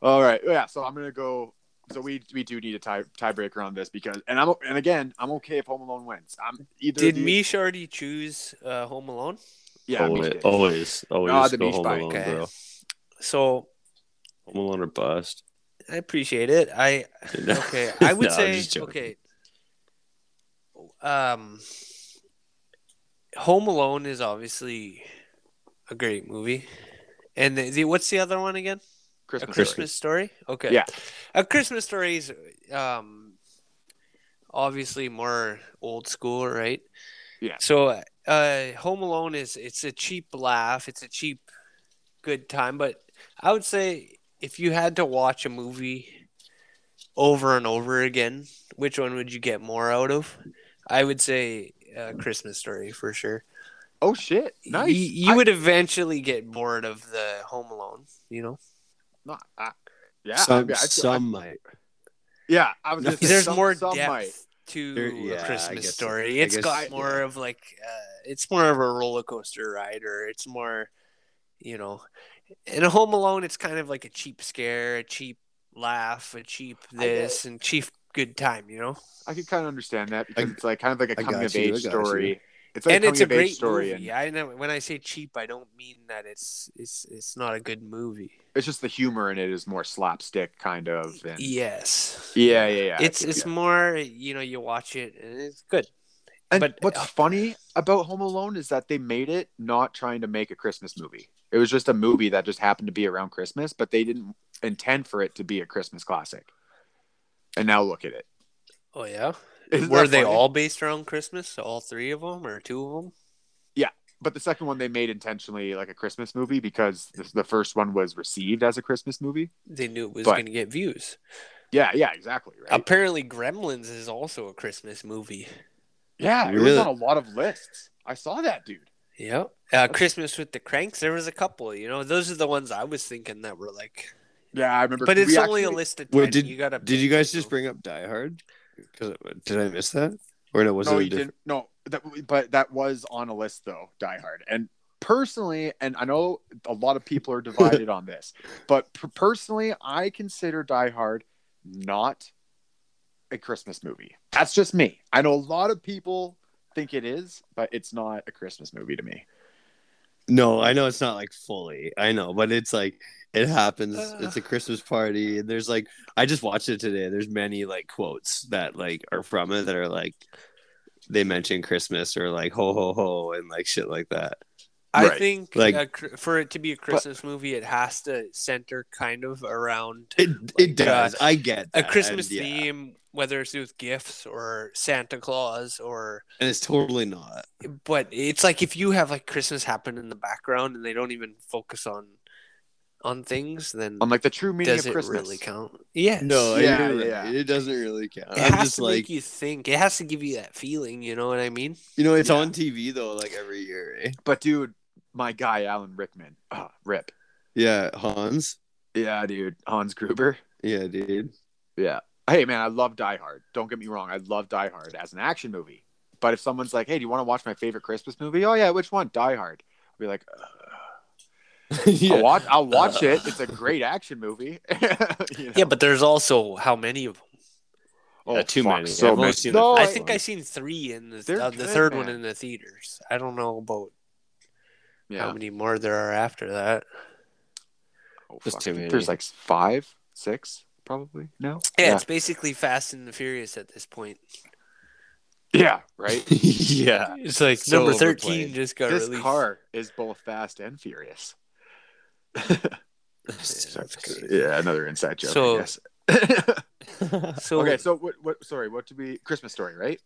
[SPEAKER 2] All right. Yeah. So I'm gonna go. So we we do need a tie tiebreaker on this because and I'm and again I'm okay if Home Alone wins. I'm either
[SPEAKER 3] Did
[SPEAKER 2] of these-
[SPEAKER 3] Mish already choose uh, Home Alone?
[SPEAKER 2] Yeah.
[SPEAKER 3] Oh,
[SPEAKER 1] always,
[SPEAKER 2] Mish did.
[SPEAKER 1] always, always
[SPEAKER 2] Nah, the
[SPEAKER 1] go
[SPEAKER 2] beach
[SPEAKER 1] home
[SPEAKER 2] bike,
[SPEAKER 1] alone,
[SPEAKER 3] okay.
[SPEAKER 1] bro.
[SPEAKER 3] So
[SPEAKER 1] Home alone or bust.
[SPEAKER 3] I appreciate it. I okay. I would
[SPEAKER 1] No, I'm
[SPEAKER 3] say
[SPEAKER 1] just joking.
[SPEAKER 3] okay. Um, Home Alone is obviously a great movie, and the, the- what's the other one again? A
[SPEAKER 2] Christmas. Story.
[SPEAKER 3] Christmas Story. Okay.
[SPEAKER 2] Yeah.
[SPEAKER 3] A Christmas Story is um, obviously more old school, right?
[SPEAKER 2] Yeah.
[SPEAKER 3] So, uh, Home Alone is it's a cheap laugh, it's a cheap good time, but I would say if you had to watch a movie over and over again, which one would you get more out of? I would say uh, Christmas Story for sure.
[SPEAKER 2] Oh shit! Nice.
[SPEAKER 3] You, you
[SPEAKER 2] I-
[SPEAKER 3] would eventually get bored of the Home Alone, you know.
[SPEAKER 2] no, I- yeah. I
[SPEAKER 1] some
[SPEAKER 2] mean, I feel-
[SPEAKER 1] some might.
[SPEAKER 2] I- Yeah, I was.
[SPEAKER 1] No,
[SPEAKER 2] Just
[SPEAKER 3] there's
[SPEAKER 2] some-
[SPEAKER 3] more
[SPEAKER 2] some
[SPEAKER 3] depth
[SPEAKER 2] might.
[SPEAKER 3] to
[SPEAKER 1] There-
[SPEAKER 3] a
[SPEAKER 1] yeah, I
[SPEAKER 3] Christmas
[SPEAKER 1] guess-
[SPEAKER 3] story.
[SPEAKER 1] I
[SPEAKER 3] It's
[SPEAKER 1] guess-
[SPEAKER 3] got more of like uh, it's more of a roller coaster ride, or it's more, you know, in a Home Alone, it's kind of like a cheap scare, a cheap laugh, a cheap
[SPEAKER 2] I get
[SPEAKER 3] this, and cheap good time. You know,
[SPEAKER 2] I could kind of understand that because
[SPEAKER 1] I-
[SPEAKER 2] it's like kind of like a
[SPEAKER 1] I
[SPEAKER 2] coming
[SPEAKER 1] got
[SPEAKER 2] of
[SPEAKER 1] you, I
[SPEAKER 2] age
[SPEAKER 1] got you.
[SPEAKER 2] story. It's like
[SPEAKER 3] and
[SPEAKER 2] a
[SPEAKER 3] it's
[SPEAKER 2] coming
[SPEAKER 3] a
[SPEAKER 2] of age
[SPEAKER 3] great
[SPEAKER 2] story,
[SPEAKER 3] movie.
[SPEAKER 2] and
[SPEAKER 3] I know when I say cheap, I don't mean that it's it's it's not a good movie.
[SPEAKER 2] it's just the humor in it is more slapstick kind of. And yeah,
[SPEAKER 3] Yes.
[SPEAKER 2] yeah, yeah. I
[SPEAKER 3] It's
[SPEAKER 2] could
[SPEAKER 3] it's
[SPEAKER 2] get it.
[SPEAKER 3] more you know you watch it and it's good.
[SPEAKER 2] And
[SPEAKER 3] but- uh,
[SPEAKER 2] what's funny about Home Alone is that they made it not trying to make a Christmas movie. It was just a movie that just happened to be around Christmas, but they didn't intend for it to be a Christmas classic. And now look at it.
[SPEAKER 3] Oh yeah.
[SPEAKER 2] Isn't
[SPEAKER 3] Were
[SPEAKER 2] that
[SPEAKER 3] they
[SPEAKER 2] funny?
[SPEAKER 3] all based around Christmas? All three of them or two of them?
[SPEAKER 2] But the second one they made intentionally like a Christmas movie because the, the first one was received as a Christmas movie.
[SPEAKER 3] They knew it was
[SPEAKER 2] But-
[SPEAKER 3] going to get views.
[SPEAKER 2] Yeah, yeah, exactly. Right.
[SPEAKER 3] Apparently, Gremlins is also a Christmas movie.
[SPEAKER 2] Yeah, it was
[SPEAKER 1] Really?
[SPEAKER 2] on a lot of lists. I saw that, dude.
[SPEAKER 3] Yeah. Uh, Christmas with the Cranks. There was a couple. You know, those are the ones I was thinking that were like.
[SPEAKER 2] Yeah, I remember.
[SPEAKER 3] But it's
[SPEAKER 2] we
[SPEAKER 3] only a
[SPEAKER 2] actually-
[SPEAKER 3] list of ten.
[SPEAKER 1] Well, did-
[SPEAKER 3] you gotta.
[SPEAKER 1] Did
[SPEAKER 3] pick,
[SPEAKER 1] you guys
[SPEAKER 3] know?
[SPEAKER 1] just bring up Die Hard? 'Cause- uh, Did I miss that? Or no, was
[SPEAKER 2] No,
[SPEAKER 1] it a
[SPEAKER 2] you
[SPEAKER 1] different?
[SPEAKER 2] didn't. No, that, but that was on a list though. Die Hard, and personally, and I know a lot of people are divided on this, but per- personally, I consider Die Hard not a Christmas movie. That's just me. I know a lot of people think it is, but it's not a Christmas movie to me.
[SPEAKER 1] No, I know it's not like fully. I know, but it's like it happens.
[SPEAKER 3] Uh.
[SPEAKER 1] it's a Christmas party, and there's like I just watched it today. There's many like quotes that like are from it that are like they mention Christmas or like ho ho ho and like shit like that.
[SPEAKER 3] I
[SPEAKER 2] Right.
[SPEAKER 3] think
[SPEAKER 1] Like-
[SPEAKER 3] uh, cr- for it to be a Christmas movie, it has to center kind of around
[SPEAKER 1] It
[SPEAKER 3] Like,
[SPEAKER 1] it does.
[SPEAKER 3] uh,
[SPEAKER 1] I get
[SPEAKER 3] a
[SPEAKER 1] that,
[SPEAKER 3] Christmas
[SPEAKER 1] and, yeah.
[SPEAKER 3] theme, whether it's with gifts or Santa Claus or.
[SPEAKER 1] and it's totally not.
[SPEAKER 3] But it's like if you have like Christmas happen in the background and they don't even focus on on things, then
[SPEAKER 2] I'm like the true meaning
[SPEAKER 3] does
[SPEAKER 2] of
[SPEAKER 3] it
[SPEAKER 2] Christmas.
[SPEAKER 3] really count? Yes.
[SPEAKER 1] No,
[SPEAKER 2] Yeah,
[SPEAKER 1] yeah,
[SPEAKER 2] yeah.
[SPEAKER 1] it doesn't really count.
[SPEAKER 3] It
[SPEAKER 1] I'm
[SPEAKER 3] has
[SPEAKER 1] just
[SPEAKER 3] to
[SPEAKER 1] like
[SPEAKER 3] make you think. It has to give you that feeling. You know what I mean?
[SPEAKER 1] you know, it's
[SPEAKER 2] Yeah.
[SPEAKER 1] on TV though, like every year. Eh?
[SPEAKER 2] But dude, my guy Alan Rickman, Ah, rip.
[SPEAKER 1] Yeah, Hans.
[SPEAKER 2] Yeah, dude, Hans Gruber.
[SPEAKER 1] Yeah, dude.
[SPEAKER 2] Yeah. Hey, man, I love Die Hard. Don't get me wrong. I love Die Hard as an action movie. But if someone's like, hey, do you want to watch my favorite Christmas movie? Oh, yeah, which one? Die Hard. I'll be like, "Ugh." I'll
[SPEAKER 1] yeah.
[SPEAKER 2] watch, I'll watch
[SPEAKER 1] Uh.
[SPEAKER 2] it. It's a great action movie. You know?
[SPEAKER 3] Yeah, but there's also how many of them?
[SPEAKER 2] Oh,
[SPEAKER 1] Yeah, too
[SPEAKER 2] fuck,
[SPEAKER 1] many.
[SPEAKER 2] So
[SPEAKER 1] I've only
[SPEAKER 2] many.
[SPEAKER 1] seen the
[SPEAKER 2] No,
[SPEAKER 1] first
[SPEAKER 3] I
[SPEAKER 2] I,
[SPEAKER 3] think I seen three in the
[SPEAKER 2] They're
[SPEAKER 3] uh, the
[SPEAKER 2] good,
[SPEAKER 3] third one
[SPEAKER 2] man.
[SPEAKER 3] in the theaters. I don't know about how
[SPEAKER 2] yeah.
[SPEAKER 3] many more there are after that.
[SPEAKER 2] Oh,
[SPEAKER 1] There's
[SPEAKER 2] fuck.
[SPEAKER 1] too many.
[SPEAKER 2] There's like five, six, probably. No?
[SPEAKER 3] Yeah, it's basically Fast and the Furious at this point.
[SPEAKER 2] Yeah. Yeah, right?
[SPEAKER 1] yeah.
[SPEAKER 3] It's like
[SPEAKER 1] So
[SPEAKER 3] number
[SPEAKER 1] overplayed.
[SPEAKER 3] thirteen just got
[SPEAKER 2] this
[SPEAKER 3] released.
[SPEAKER 2] car is both fast and furious.
[SPEAKER 3] that's good.
[SPEAKER 2] Yeah, another inside joke,
[SPEAKER 3] So-
[SPEAKER 2] I guess.
[SPEAKER 3] So
[SPEAKER 2] okay, so what, what, sorry, what to be, Christmas story, right?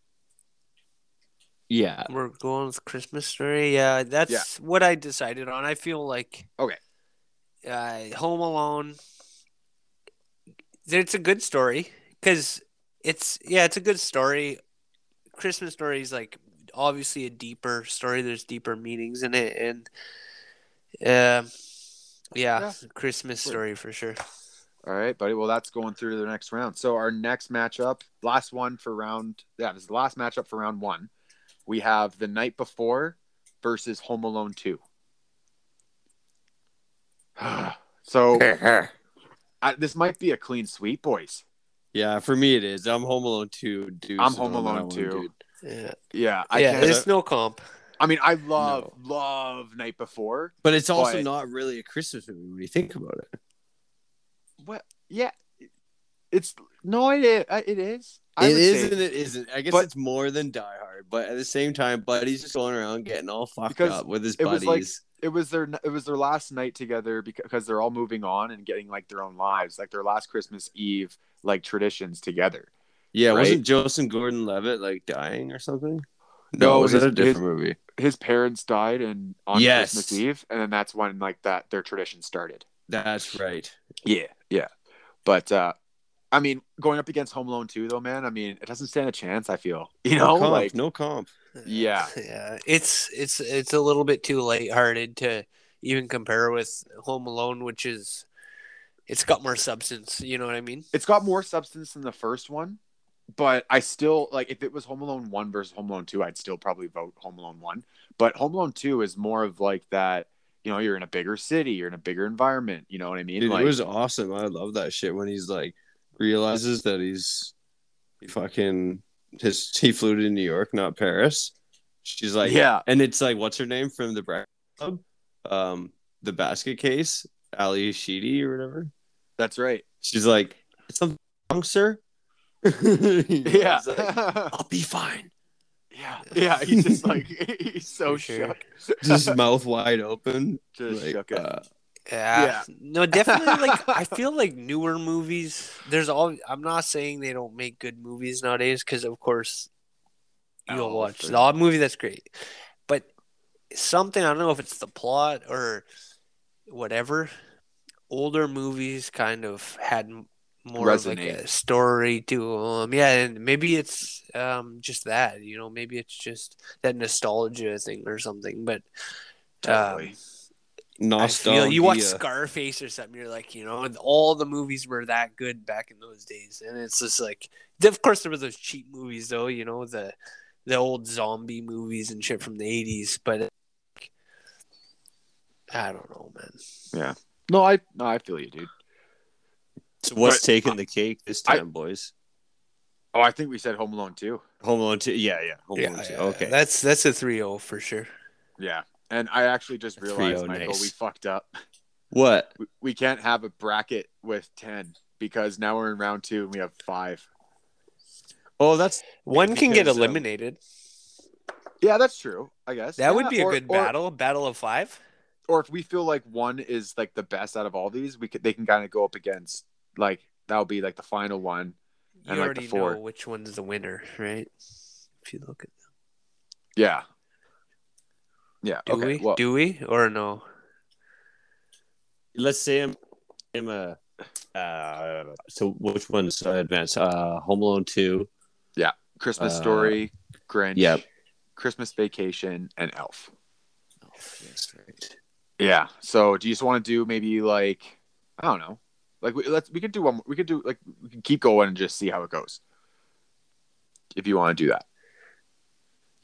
[SPEAKER 1] yeah.
[SPEAKER 3] we're going with Christmas story. Yeah, that's what I decided on. I feel like
[SPEAKER 2] Okay.
[SPEAKER 3] uh, Home Alone. It's a good story because it's yeah, it's a good story. Christmas story is like obviously a deeper story. There's deeper meanings in it, and um, yeah,
[SPEAKER 2] Yeah.
[SPEAKER 3] Christmas story for sure.
[SPEAKER 2] All right, buddy. Well, that's going through to the next round. So our next matchup, last one for round. Yeah, this is the last matchup for round one. We have the night before versus Home Alone Two. so I, this might be a clean sweep, boys.
[SPEAKER 1] Yeah, for me it is. I'm Home Alone 2, dude.
[SPEAKER 2] I'm Home Alone 2.
[SPEAKER 3] Yeah,
[SPEAKER 2] Yeah, I
[SPEAKER 3] yeah.
[SPEAKER 2] can't. uh,
[SPEAKER 3] There's no comp.
[SPEAKER 2] I mean, I love love night before.
[SPEAKER 1] But it's also
[SPEAKER 2] But-
[SPEAKER 1] not really a Christmas movie when you think about it.
[SPEAKER 2] What? Yeah, it's no, it is. It is. I
[SPEAKER 1] It
[SPEAKER 2] would
[SPEAKER 1] is
[SPEAKER 2] say-
[SPEAKER 1] and it isn't. I guess
[SPEAKER 2] But-
[SPEAKER 1] it's more than Die Hard, but at the same time, Buddy's just going around getting all fucked
[SPEAKER 2] Because
[SPEAKER 1] up with his
[SPEAKER 2] it was
[SPEAKER 1] buddies.
[SPEAKER 2] like- it was their it was their last night together beca- because they're all moving on and getting like their own lives, like their last Christmas Eve like traditions together.
[SPEAKER 1] yeah,
[SPEAKER 2] right?
[SPEAKER 1] wasn't Joseph Gordon Levitt like dying or something?
[SPEAKER 2] No,
[SPEAKER 1] No, was
[SPEAKER 2] his-
[SPEAKER 1] it a different movie?
[SPEAKER 2] His parents died and on
[SPEAKER 1] Yes.
[SPEAKER 2] Christmas Eve, and then that's when like that their tradition started.
[SPEAKER 1] That's right.
[SPEAKER 2] Yeah, yeah. But uh I mean, going up against Home Alone 2 though, man, I mean, it doesn't stand a chance, I feel. You know,
[SPEAKER 1] No comp,
[SPEAKER 2] like
[SPEAKER 1] no comp.
[SPEAKER 2] Yeah.
[SPEAKER 3] Yeah, it's it's it's a little bit too lighthearted to even compare with Home Alone, which is It's got more substance. You know what I mean?
[SPEAKER 2] It's got more substance than the first one, but I still like if it was Home Alone 1 versus Home Alone 2, I'd still probably vote Home Alone 1. But Home Alone 2 is more of like that, you know, you're in a bigger city, you're in a bigger environment, you know what I mean?
[SPEAKER 1] Dude,
[SPEAKER 2] like,
[SPEAKER 1] it was awesome. I love that shit when he's like realizes that he's he fucking his he flew to New York, not Paris. She's like,
[SPEAKER 2] Yeah.
[SPEAKER 1] and it's like, what's her name from the Breakfast Club? Um, the basket case, Ali Sheedy or whatever.
[SPEAKER 2] that's right.
[SPEAKER 1] She's like, something wrong, sir. yeah,
[SPEAKER 2] Yeah.
[SPEAKER 1] I'll be fine.
[SPEAKER 2] yeah. Yeah. He's just like he's so
[SPEAKER 3] For sure.
[SPEAKER 2] shook.
[SPEAKER 1] Just mouth wide open.
[SPEAKER 2] Just
[SPEAKER 1] like,
[SPEAKER 2] shook it.
[SPEAKER 1] uh,
[SPEAKER 3] Yeah. Ah, No, definitely. Like I feel like newer movies. There's all. I'm not saying they don't make good movies nowadays, because of course you'll
[SPEAKER 2] Oh,
[SPEAKER 3] watch
[SPEAKER 2] for-
[SPEAKER 3] the odd movie that's great, but something I don't know if it's the plot or whatever. Older movies kind of had m- more of like
[SPEAKER 2] Resonate.
[SPEAKER 3] a story to them. Yeah, and maybe it's um just that. You know, maybe it's just that nostalgia thing or something. But um,
[SPEAKER 2] Totally.
[SPEAKER 3] I feel
[SPEAKER 1] nostalgia.
[SPEAKER 3] you watch
[SPEAKER 2] uh,
[SPEAKER 3] Scarface or something, you're like, you know, all the movies were that good back in those days, and it's just like, of course, there were those cheap movies though, you know, the the old zombie movies and shit from the '80s, but like, I don't know, man.
[SPEAKER 2] no, I no, I feel you, dude.
[SPEAKER 1] So what's
[SPEAKER 2] Right.
[SPEAKER 1] taking the cake this
[SPEAKER 2] I-
[SPEAKER 1] time, boys?
[SPEAKER 2] Oh, I think we said Home Alone too.
[SPEAKER 1] Home Alone Two. Yeah, yeah. Home Alone Two. okay.
[SPEAKER 3] that's that's a 3-0 for sure.
[SPEAKER 2] Yeah. And I actually just
[SPEAKER 1] Three,
[SPEAKER 2] realized,
[SPEAKER 1] oh,
[SPEAKER 2] Michael,
[SPEAKER 1] nice.
[SPEAKER 2] we fucked up.
[SPEAKER 1] What?
[SPEAKER 2] We, we can't have a bracket with 10 because now we're in round two and we have five.
[SPEAKER 1] Oh, that's
[SPEAKER 3] One can get
[SPEAKER 2] uh,
[SPEAKER 1] Because, um,
[SPEAKER 3] eliminated.
[SPEAKER 2] Yeah, that's true, I guess.
[SPEAKER 3] that would
[SPEAKER 2] Yeah,
[SPEAKER 3] be a
[SPEAKER 2] or-
[SPEAKER 3] good
[SPEAKER 2] or-
[SPEAKER 3] battle, battle of five.
[SPEAKER 2] Or if we feel like one is like the best out of all these, we could they can kind of go up against like that'll be like the final one.
[SPEAKER 3] You
[SPEAKER 2] And, like, the
[SPEAKER 3] already
[SPEAKER 2] four.
[SPEAKER 3] know which one's the winner, right? If you look at,
[SPEAKER 2] Yeah. Yeah.
[SPEAKER 3] do
[SPEAKER 2] okay.
[SPEAKER 3] we
[SPEAKER 2] Well,
[SPEAKER 3] do we or no?
[SPEAKER 1] let's say I'm, I'm a. Uh, so which one's uh, advanced? Uh, Home Alone Two.
[SPEAKER 2] Christmas
[SPEAKER 1] uh,
[SPEAKER 2] Story, Grinch,
[SPEAKER 1] yep.
[SPEAKER 2] Christmas Vacation, and Elf.
[SPEAKER 1] That's right.
[SPEAKER 2] Yeah. So do you just want to do maybe like I don't know, like we, let's we could do one. We could do like we can keep going and just see how it goes. If you want to do that,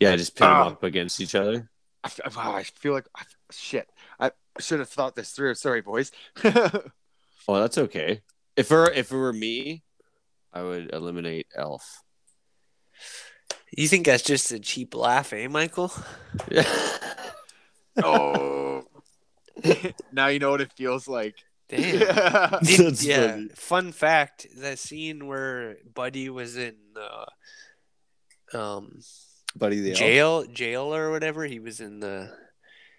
[SPEAKER 1] Yeah, just pin them
[SPEAKER 2] Ah.
[SPEAKER 1] up against each other.
[SPEAKER 2] I, f- wow, I feel like I, shit. I should have thought this through. Sorry, boys.
[SPEAKER 1] Oh, that's okay. If it were, if it were me, I would eliminate Elf.
[SPEAKER 3] You think that's just a cheap laugh, eh, Michael?
[SPEAKER 2] oh. now you know what it feels like.
[SPEAKER 3] Damn.
[SPEAKER 2] Yeah.
[SPEAKER 3] Did-
[SPEAKER 1] That's
[SPEAKER 3] yeah.
[SPEAKER 1] funny.
[SPEAKER 3] Fun fact: that scene where Buddy was in the um
[SPEAKER 1] Buddy the
[SPEAKER 3] jail, jail or whatever, he was in the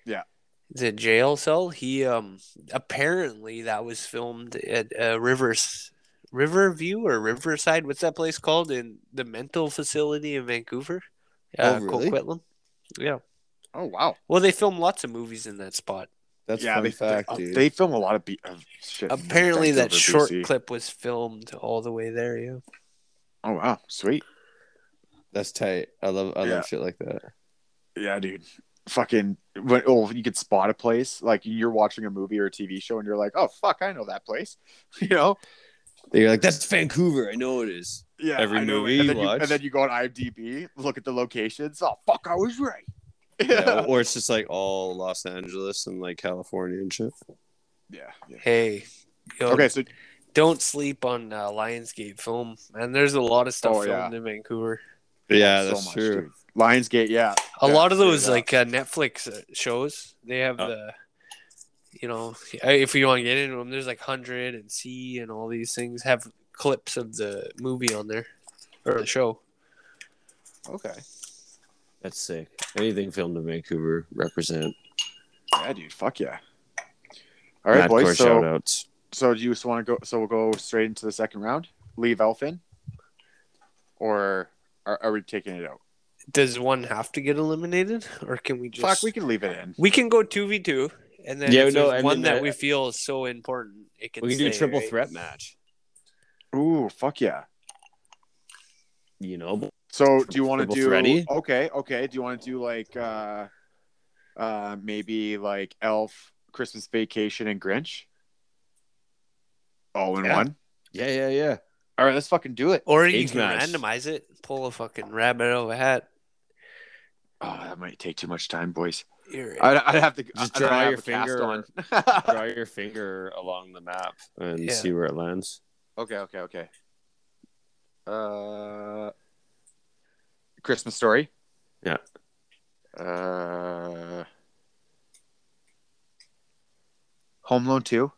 [SPEAKER 2] Yeah.
[SPEAKER 3] the jail cell. He um apparently that was filmed at uh, Rivers Riverview or Riverside. What's that place called in the mental facility in Vancouver? Uh,
[SPEAKER 1] Oh, really?
[SPEAKER 3] Coquitlam. Yeah.
[SPEAKER 2] Oh wow.
[SPEAKER 3] Well, they film lots of movies in that spot.
[SPEAKER 1] That's
[SPEAKER 2] yeah, they, they, they film a lot of, be- of shit. in
[SPEAKER 3] Apparently, that
[SPEAKER 2] Vancouver,
[SPEAKER 3] short
[SPEAKER 2] BC.
[SPEAKER 3] clip was filmed all the way there. Yeah.
[SPEAKER 2] Oh wow, sweet.
[SPEAKER 1] That's tight. I love I
[SPEAKER 2] Yeah.
[SPEAKER 1] shit like that.
[SPEAKER 2] Yeah, dude. Fucking when oh you could spot a place like you're watching a movie or a TV show and you're like oh fuck I know that place you know
[SPEAKER 1] They're like, that's Vancouver. I know it is.
[SPEAKER 2] yeah
[SPEAKER 1] Every
[SPEAKER 2] I know
[SPEAKER 1] movie
[SPEAKER 2] it. and
[SPEAKER 1] you
[SPEAKER 2] then you,
[SPEAKER 1] watch.
[SPEAKER 2] and then you go on IMDb look at the locations oh fuck I was right
[SPEAKER 1] Yeah,
[SPEAKER 2] yeah
[SPEAKER 1] or it's just like all Los Angeles and like California and shit.
[SPEAKER 2] yeah, yeah.
[SPEAKER 3] Hey. yo,
[SPEAKER 2] okay so
[SPEAKER 3] Don't sleep on uh, Lionsgate film, and there's a lot of stuff
[SPEAKER 2] Oh, yeah.
[SPEAKER 3] filmed in Vancouver.
[SPEAKER 1] Yeah,
[SPEAKER 2] so
[SPEAKER 1] that's
[SPEAKER 2] much,
[SPEAKER 1] true.
[SPEAKER 2] dude. Lionsgate yeah
[SPEAKER 3] A
[SPEAKER 2] Yeah,
[SPEAKER 3] lot of
[SPEAKER 2] straight
[SPEAKER 3] those
[SPEAKER 2] up.
[SPEAKER 3] like uh, Netflix uh, shows, they have
[SPEAKER 2] Uh.
[SPEAKER 1] Oh.
[SPEAKER 3] the, you know, if you want to get into them, there's like Hundred and C and all these things have clips of the movie on there or the show.
[SPEAKER 2] okay
[SPEAKER 1] That's sick. Anything filmed in Vancouver represent.
[SPEAKER 2] yeah dude fuck yeah all right boys so
[SPEAKER 1] shout outs.
[SPEAKER 2] so do you just want to go so we'll go straight into the second round leave Elf in or are, are we taking it out
[SPEAKER 3] Does one have to get eliminated, or can we just
[SPEAKER 2] fuck we can leave it in
[SPEAKER 3] We can go two v two, and then
[SPEAKER 1] Yeah,
[SPEAKER 3] if
[SPEAKER 1] no,
[SPEAKER 3] there's
[SPEAKER 1] and then
[SPEAKER 3] one that
[SPEAKER 1] I- uh,
[SPEAKER 3] we feel is so important, it can
[SPEAKER 1] We can do a
[SPEAKER 3] stay,
[SPEAKER 1] triple
[SPEAKER 3] right?
[SPEAKER 1] threat match.
[SPEAKER 2] ooh fuck yeah
[SPEAKER 1] You know, but
[SPEAKER 2] So do you want
[SPEAKER 1] Triple
[SPEAKER 2] to do
[SPEAKER 1] Freddy?
[SPEAKER 2] okay, okay. Do you want to do like uh uh maybe like Elf, Christmas Vacation and Grinch? all in
[SPEAKER 1] Yeah.
[SPEAKER 2] one.
[SPEAKER 1] Yeah, yeah, yeah.
[SPEAKER 2] All right, let's fucking do it. Oh,
[SPEAKER 3] Or you
[SPEAKER 1] Cage
[SPEAKER 3] can
[SPEAKER 1] match.
[SPEAKER 3] randomize it. Pull a fucking rabbit out of a hat.
[SPEAKER 2] Oh, that might take too much time, boys.
[SPEAKER 3] You're
[SPEAKER 2] I'd, I'd have to
[SPEAKER 1] Just
[SPEAKER 2] I'd
[SPEAKER 1] draw
[SPEAKER 2] have
[SPEAKER 1] your
[SPEAKER 2] a cast
[SPEAKER 1] finger
[SPEAKER 2] on.
[SPEAKER 1] Draw your finger along the map and
[SPEAKER 3] Yeah.
[SPEAKER 1] see where it lands.
[SPEAKER 2] okay, okay, okay. Uh, Christmas story.
[SPEAKER 1] Yeah.
[SPEAKER 2] Uh, Home Loan two.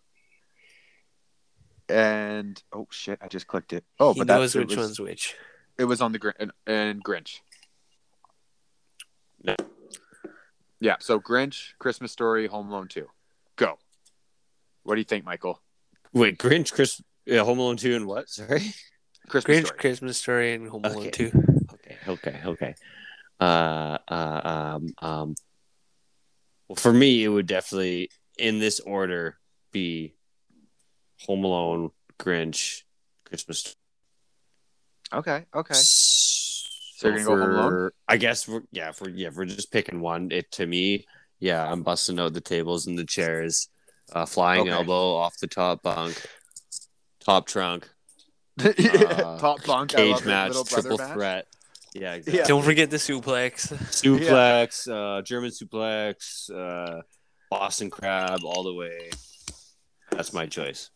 [SPEAKER 2] And oh shit, I just clicked it. Oh,
[SPEAKER 3] he
[SPEAKER 2] but
[SPEAKER 3] knows
[SPEAKER 2] that's it
[SPEAKER 3] which
[SPEAKER 2] was,
[SPEAKER 3] one's which.
[SPEAKER 2] It was on the Grinch and, and Grinch.
[SPEAKER 1] No.
[SPEAKER 2] Yeah, so Grinch, Christmas Story, Home Loan 2. Go. What do you think, Michael?
[SPEAKER 1] Wait, Grinch, Chris, yeah, Home Alone two, and what? Sorry.
[SPEAKER 2] Christmas
[SPEAKER 3] Grinch,
[SPEAKER 2] Story.
[SPEAKER 3] Christmas Story, and Home Alone
[SPEAKER 1] Okay.
[SPEAKER 3] 2.
[SPEAKER 1] Okay, okay, okay. Uh, uh, um, um. Well, for me, it would definitely, in this order, be Home Alone, Grinch, Christmas.
[SPEAKER 2] Okay, okay.
[SPEAKER 1] So
[SPEAKER 2] you're gonna go Home Alone?
[SPEAKER 1] I guess we're yeah, if we're yeah, if we're just picking one. It to me, yeah, I'm busting out the tables and the chairs, uh, flying
[SPEAKER 2] Okay.
[SPEAKER 1] elbow off the top bunk, top trunk,
[SPEAKER 2] Top bunk, I love
[SPEAKER 1] Uh, cage
[SPEAKER 2] it.
[SPEAKER 1] match,
[SPEAKER 2] Little brother
[SPEAKER 1] triple
[SPEAKER 2] match.
[SPEAKER 1] threat. Yeah, exactly.
[SPEAKER 2] Yeah.
[SPEAKER 3] Don't forget the suplex.
[SPEAKER 1] suplex, uh, German suplex, uh, Boston crab, all the way. That's my choice.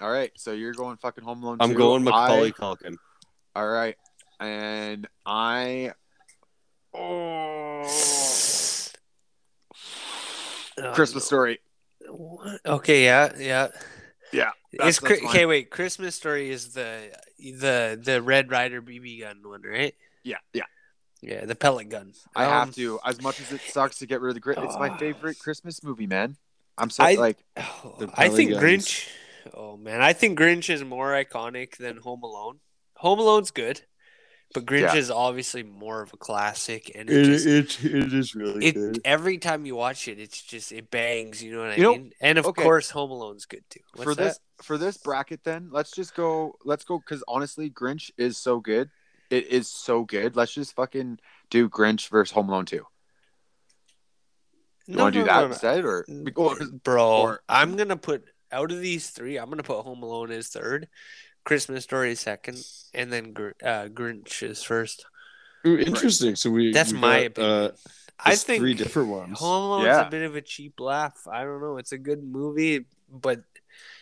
[SPEAKER 2] All right, so you're going fucking Home Alone.
[SPEAKER 1] I'm
[SPEAKER 2] 2.
[SPEAKER 1] going
[SPEAKER 2] I-
[SPEAKER 1] Macaulay Culkin.
[SPEAKER 2] All right, and I. Oh,
[SPEAKER 3] Oh,
[SPEAKER 2] Christmas
[SPEAKER 3] no.
[SPEAKER 2] Story.
[SPEAKER 3] What? Okay, yeah, yeah.
[SPEAKER 2] Yeah,
[SPEAKER 3] It's
[SPEAKER 2] that's-
[SPEAKER 3] cri-
[SPEAKER 2] that's mine.
[SPEAKER 3] okay. Wait, Christmas Story is the the the Red Rider BB gun one, right?
[SPEAKER 2] Yeah, yeah.
[SPEAKER 3] Yeah, the pellet gun.
[SPEAKER 2] I
[SPEAKER 3] Um,
[SPEAKER 2] have to. As much as it sucks to get rid of the grit, it's my
[SPEAKER 3] Ah.
[SPEAKER 2] favorite Christmas movie, man. I'm so
[SPEAKER 3] I-
[SPEAKER 2] like,
[SPEAKER 3] Oh,
[SPEAKER 1] The
[SPEAKER 3] I think
[SPEAKER 1] Pelly Guns.
[SPEAKER 3] Grinch. Oh man, I think Grinch is more iconic than Home Alone. Home Alone's good, but Grinch
[SPEAKER 2] Yeah.
[SPEAKER 3] is obviously more of a classic, and it, just, it,
[SPEAKER 1] it is really
[SPEAKER 3] every time you watch it, it's just it bangs. You know what
[SPEAKER 2] You
[SPEAKER 3] I
[SPEAKER 2] know-
[SPEAKER 3] mean? and of
[SPEAKER 2] okay.
[SPEAKER 3] course, Home Alone's good too. What's
[SPEAKER 2] for
[SPEAKER 3] that?
[SPEAKER 2] this for this bracket, then let's just go. Let's go because honestly, Grinch is so good. It is so good. Let's just fucking do Grinch versus Home Alone two. You
[SPEAKER 3] No,
[SPEAKER 2] want to
[SPEAKER 3] no,
[SPEAKER 2] do that
[SPEAKER 3] no, Mm. no.
[SPEAKER 2] instead, or, or
[SPEAKER 3] bro
[SPEAKER 2] or-
[SPEAKER 3] i'm gonna put out of these three i'm gonna put home alone as third christmas story second and then Gr- uh, grinch is first
[SPEAKER 1] Interesting. So we
[SPEAKER 3] that's
[SPEAKER 1] we
[SPEAKER 3] my
[SPEAKER 1] got,
[SPEAKER 3] opinion
[SPEAKER 1] uh,
[SPEAKER 3] i
[SPEAKER 1] just
[SPEAKER 3] think
[SPEAKER 1] three different ones.
[SPEAKER 3] home alone's
[SPEAKER 2] Yeah.
[SPEAKER 3] a bit of a cheap laugh i don't know it's a good movie but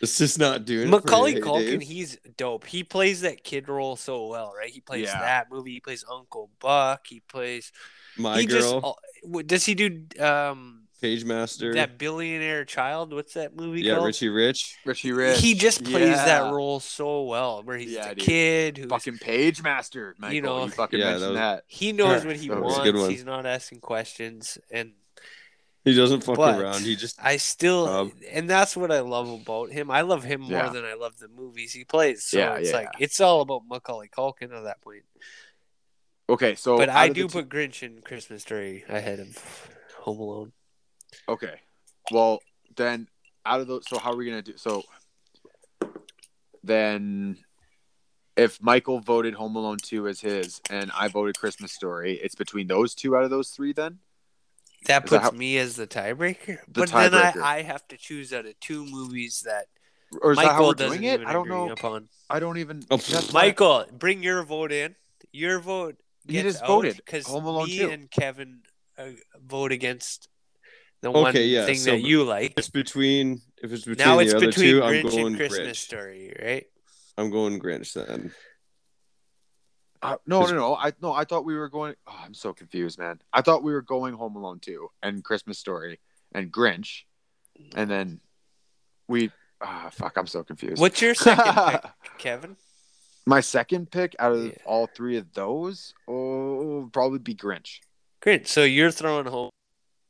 [SPEAKER 1] It's just not doing it for
[SPEAKER 3] macaulay
[SPEAKER 1] you,
[SPEAKER 3] culkin
[SPEAKER 1] Dave.
[SPEAKER 3] he's dope he plays that kid role so well right he plays
[SPEAKER 2] Yeah.
[SPEAKER 3] that movie he plays uncle buck he plays
[SPEAKER 1] my
[SPEAKER 3] he just
[SPEAKER 1] girl,
[SPEAKER 3] all- what- does he do um
[SPEAKER 1] Page Master.
[SPEAKER 3] that billionaire child what's that movie
[SPEAKER 1] yeah,
[SPEAKER 3] called
[SPEAKER 1] Richie Rich.
[SPEAKER 2] Richie Rich.
[SPEAKER 3] He just plays
[SPEAKER 2] Yeah.
[SPEAKER 3] that role so well, where he's
[SPEAKER 2] Yeah,
[SPEAKER 3] a
[SPEAKER 2] dude.
[SPEAKER 3] kid who
[SPEAKER 2] fucking page master, Michael. You,
[SPEAKER 3] know,
[SPEAKER 2] fucking
[SPEAKER 1] Yeah,
[SPEAKER 2] mentioned that.
[SPEAKER 1] that
[SPEAKER 3] he knows
[SPEAKER 1] Yeah,
[SPEAKER 3] what he
[SPEAKER 2] that was
[SPEAKER 1] a good
[SPEAKER 3] wants.
[SPEAKER 1] one.
[SPEAKER 3] He's not asking questions, and
[SPEAKER 1] He doesn't fuck
[SPEAKER 3] But-
[SPEAKER 1] around. He just
[SPEAKER 3] I still,
[SPEAKER 1] Um,
[SPEAKER 3] and that's what I love about him. I love him more
[SPEAKER 2] Yeah.
[SPEAKER 3] than I love the movies he plays. So
[SPEAKER 2] Yeah,
[SPEAKER 3] it's
[SPEAKER 2] yeah,
[SPEAKER 3] like it's all about Macaulay Culkin at that point.
[SPEAKER 2] Okay, so
[SPEAKER 3] but
[SPEAKER 2] out
[SPEAKER 3] I
[SPEAKER 2] of the
[SPEAKER 3] do
[SPEAKER 2] two-
[SPEAKER 3] put Grinch in Christmas Story ahead of Home Alone.
[SPEAKER 2] Okay, well then out of those, so how are we gonna do? So then, if Michael voted Home Alone two as his, and I voted Christmas Story, it's between those two out of those three. Then Is
[SPEAKER 3] That
[SPEAKER 2] that
[SPEAKER 3] puts
[SPEAKER 2] how-
[SPEAKER 3] me as the tiebreaker. but then
[SPEAKER 2] tiebreaker.
[SPEAKER 3] I, I have to choose out of two movies that
[SPEAKER 2] or is that how
[SPEAKER 3] Michael
[SPEAKER 2] we're
[SPEAKER 3] doesn't
[SPEAKER 2] doing it?
[SPEAKER 3] even
[SPEAKER 2] I don't
[SPEAKER 3] agree
[SPEAKER 2] know.
[SPEAKER 3] upon.
[SPEAKER 2] I don't even.
[SPEAKER 1] Oh,
[SPEAKER 2] That's why-
[SPEAKER 3] Michael, bring your vote in. Your vote.
[SPEAKER 2] You just voted.
[SPEAKER 3] because
[SPEAKER 2] Home Alone
[SPEAKER 3] me
[SPEAKER 2] 2.
[SPEAKER 3] and Kevin uh, vote against the
[SPEAKER 1] Okay,
[SPEAKER 3] one
[SPEAKER 1] yeah,
[SPEAKER 3] thing
[SPEAKER 1] so
[SPEAKER 3] that you like.
[SPEAKER 1] it's between if it's between
[SPEAKER 3] Now
[SPEAKER 1] the
[SPEAKER 3] it's
[SPEAKER 1] other
[SPEAKER 3] between
[SPEAKER 1] two, I'm
[SPEAKER 3] Grinch
[SPEAKER 1] going
[SPEAKER 3] and Christmas
[SPEAKER 1] Grinch.
[SPEAKER 3] Story, right?
[SPEAKER 1] I'm going Grinch then.
[SPEAKER 2] Uh, no, no, no. I no. I thought we were going. Oh, I'm so confused, man. I thought we were going Home Alone two and Christmas Story and Grinch, and then we. Ah, fuck. I'm so confused.
[SPEAKER 3] What's your second pick, Kevin?
[SPEAKER 2] My second pick out of
[SPEAKER 3] Yeah.
[SPEAKER 2] all three of those, oh, would probably be Grinch.
[SPEAKER 3] Grinch. So you're throwing home.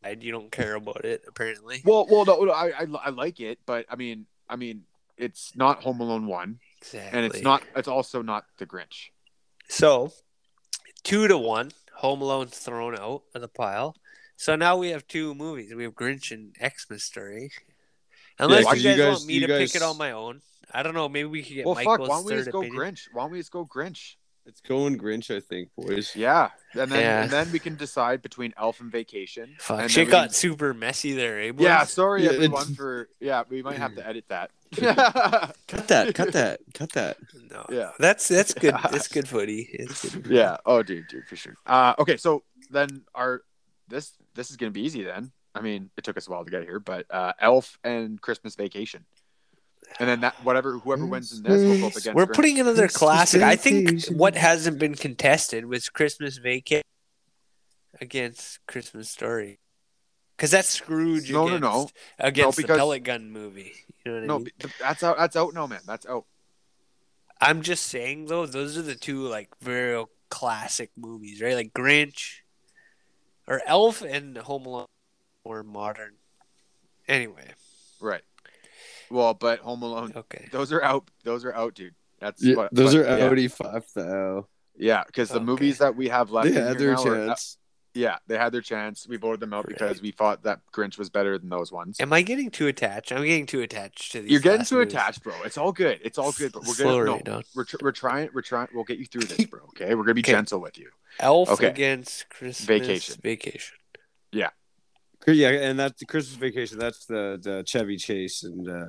[SPEAKER 3] and You don't care about it, apparently.
[SPEAKER 2] Well, well, no, no, I, I, I like it, but I mean, I mean, it's not Home Alone one,
[SPEAKER 3] Exactly.
[SPEAKER 2] and it's not. It's also not the Grinch.
[SPEAKER 3] So, two to one. Home Alone's thrown out of the pile. So now we have two movies. We have Grinch and Xmas Story. Unless
[SPEAKER 1] Yeah, 'cause
[SPEAKER 3] you,
[SPEAKER 1] you
[SPEAKER 3] guys
[SPEAKER 1] guys-
[SPEAKER 3] want me
[SPEAKER 1] you
[SPEAKER 3] to
[SPEAKER 1] guys-
[SPEAKER 3] pick it on my own. I don't know. Maybe we could get
[SPEAKER 2] Well,
[SPEAKER 3] Michael's
[SPEAKER 2] fuck. Why don't we
[SPEAKER 3] third
[SPEAKER 2] just go
[SPEAKER 3] opinion.
[SPEAKER 2] Grinch? Why don't we just go Grinch?
[SPEAKER 1] It's going Grinch, I think, boys.
[SPEAKER 2] Yeah, and then
[SPEAKER 3] Yeah.
[SPEAKER 2] and then we can decide between Elf and Vacation.
[SPEAKER 3] Fuck,
[SPEAKER 2] and then
[SPEAKER 3] shit
[SPEAKER 2] we
[SPEAKER 3] got super messy there, eh,
[SPEAKER 2] can- Yeah,
[SPEAKER 3] boys?
[SPEAKER 2] sorry
[SPEAKER 1] Yeah,
[SPEAKER 2] everyone
[SPEAKER 1] it's- Mm.
[SPEAKER 2] for yeah. We might have to edit that.
[SPEAKER 1] Cut that. Cut that. Cut that.
[SPEAKER 3] No.
[SPEAKER 2] Yeah.
[SPEAKER 3] That's that's good. That's good footy. It's good.
[SPEAKER 2] yeah. Oh, dude, dude, for sure. Uh, okay, so then our this this is gonna be easy then. I mean, it took us a while to get here, but uh, Elf and Christmas Vacation, and then that whatever whoever wins in this will go up against.
[SPEAKER 3] We're
[SPEAKER 2] Grinch.
[SPEAKER 3] putting another
[SPEAKER 1] It's
[SPEAKER 3] classic. I think
[SPEAKER 1] vacation.
[SPEAKER 3] what hasn't been contested was Christmas Vacation against Christmas Story, because that's Scrooge.
[SPEAKER 2] No, no,
[SPEAKER 3] against,
[SPEAKER 2] no.
[SPEAKER 3] Against
[SPEAKER 2] because-
[SPEAKER 3] the pellet gun movie. You know what I
[SPEAKER 2] no.
[SPEAKER 3] mean?
[SPEAKER 2] th- That's out. That's out. No, man. That's out.
[SPEAKER 3] I'm just saying though, those are the two like very classic movies, right? Like Grinch, or Elf, and Home Alone, or modern. Anyway,
[SPEAKER 2] Right. Well, but Home Alone.
[SPEAKER 3] okay.
[SPEAKER 2] Those are out. Those are out, dude. That's
[SPEAKER 1] Yeah,
[SPEAKER 2] what,
[SPEAKER 1] those
[SPEAKER 2] but-
[SPEAKER 1] are
[SPEAKER 2] yeah.
[SPEAKER 1] already five though.
[SPEAKER 2] Yeah, because the
[SPEAKER 3] Okay.
[SPEAKER 2] movies that we have left,
[SPEAKER 1] They
[SPEAKER 2] in
[SPEAKER 1] had
[SPEAKER 2] here
[SPEAKER 1] their
[SPEAKER 2] now are-
[SPEAKER 1] chance.
[SPEAKER 2] yeah, they had their chance. We voted them out
[SPEAKER 3] Right.
[SPEAKER 2] because we thought that Grinch was better than those ones.
[SPEAKER 3] Am I getting too attached? I'm getting too attached to these.
[SPEAKER 2] You're getting
[SPEAKER 3] last
[SPEAKER 2] too
[SPEAKER 3] movies.
[SPEAKER 2] attached, bro. It's all good. It's all good. But we're
[SPEAKER 3] Slow
[SPEAKER 2] gonna no,
[SPEAKER 3] rate down.
[SPEAKER 2] we're, tr- we're trying. We're trying. We'll get you through this, bro. Okay, we're gonna be
[SPEAKER 3] Okay.
[SPEAKER 2] gentle with you.
[SPEAKER 3] Elf
[SPEAKER 2] Okay.
[SPEAKER 3] against Christmas
[SPEAKER 2] Vacation.
[SPEAKER 3] Vacation.
[SPEAKER 1] Yeah, and that's the Christmas vacation. That's the, the Chevy Chase and uh,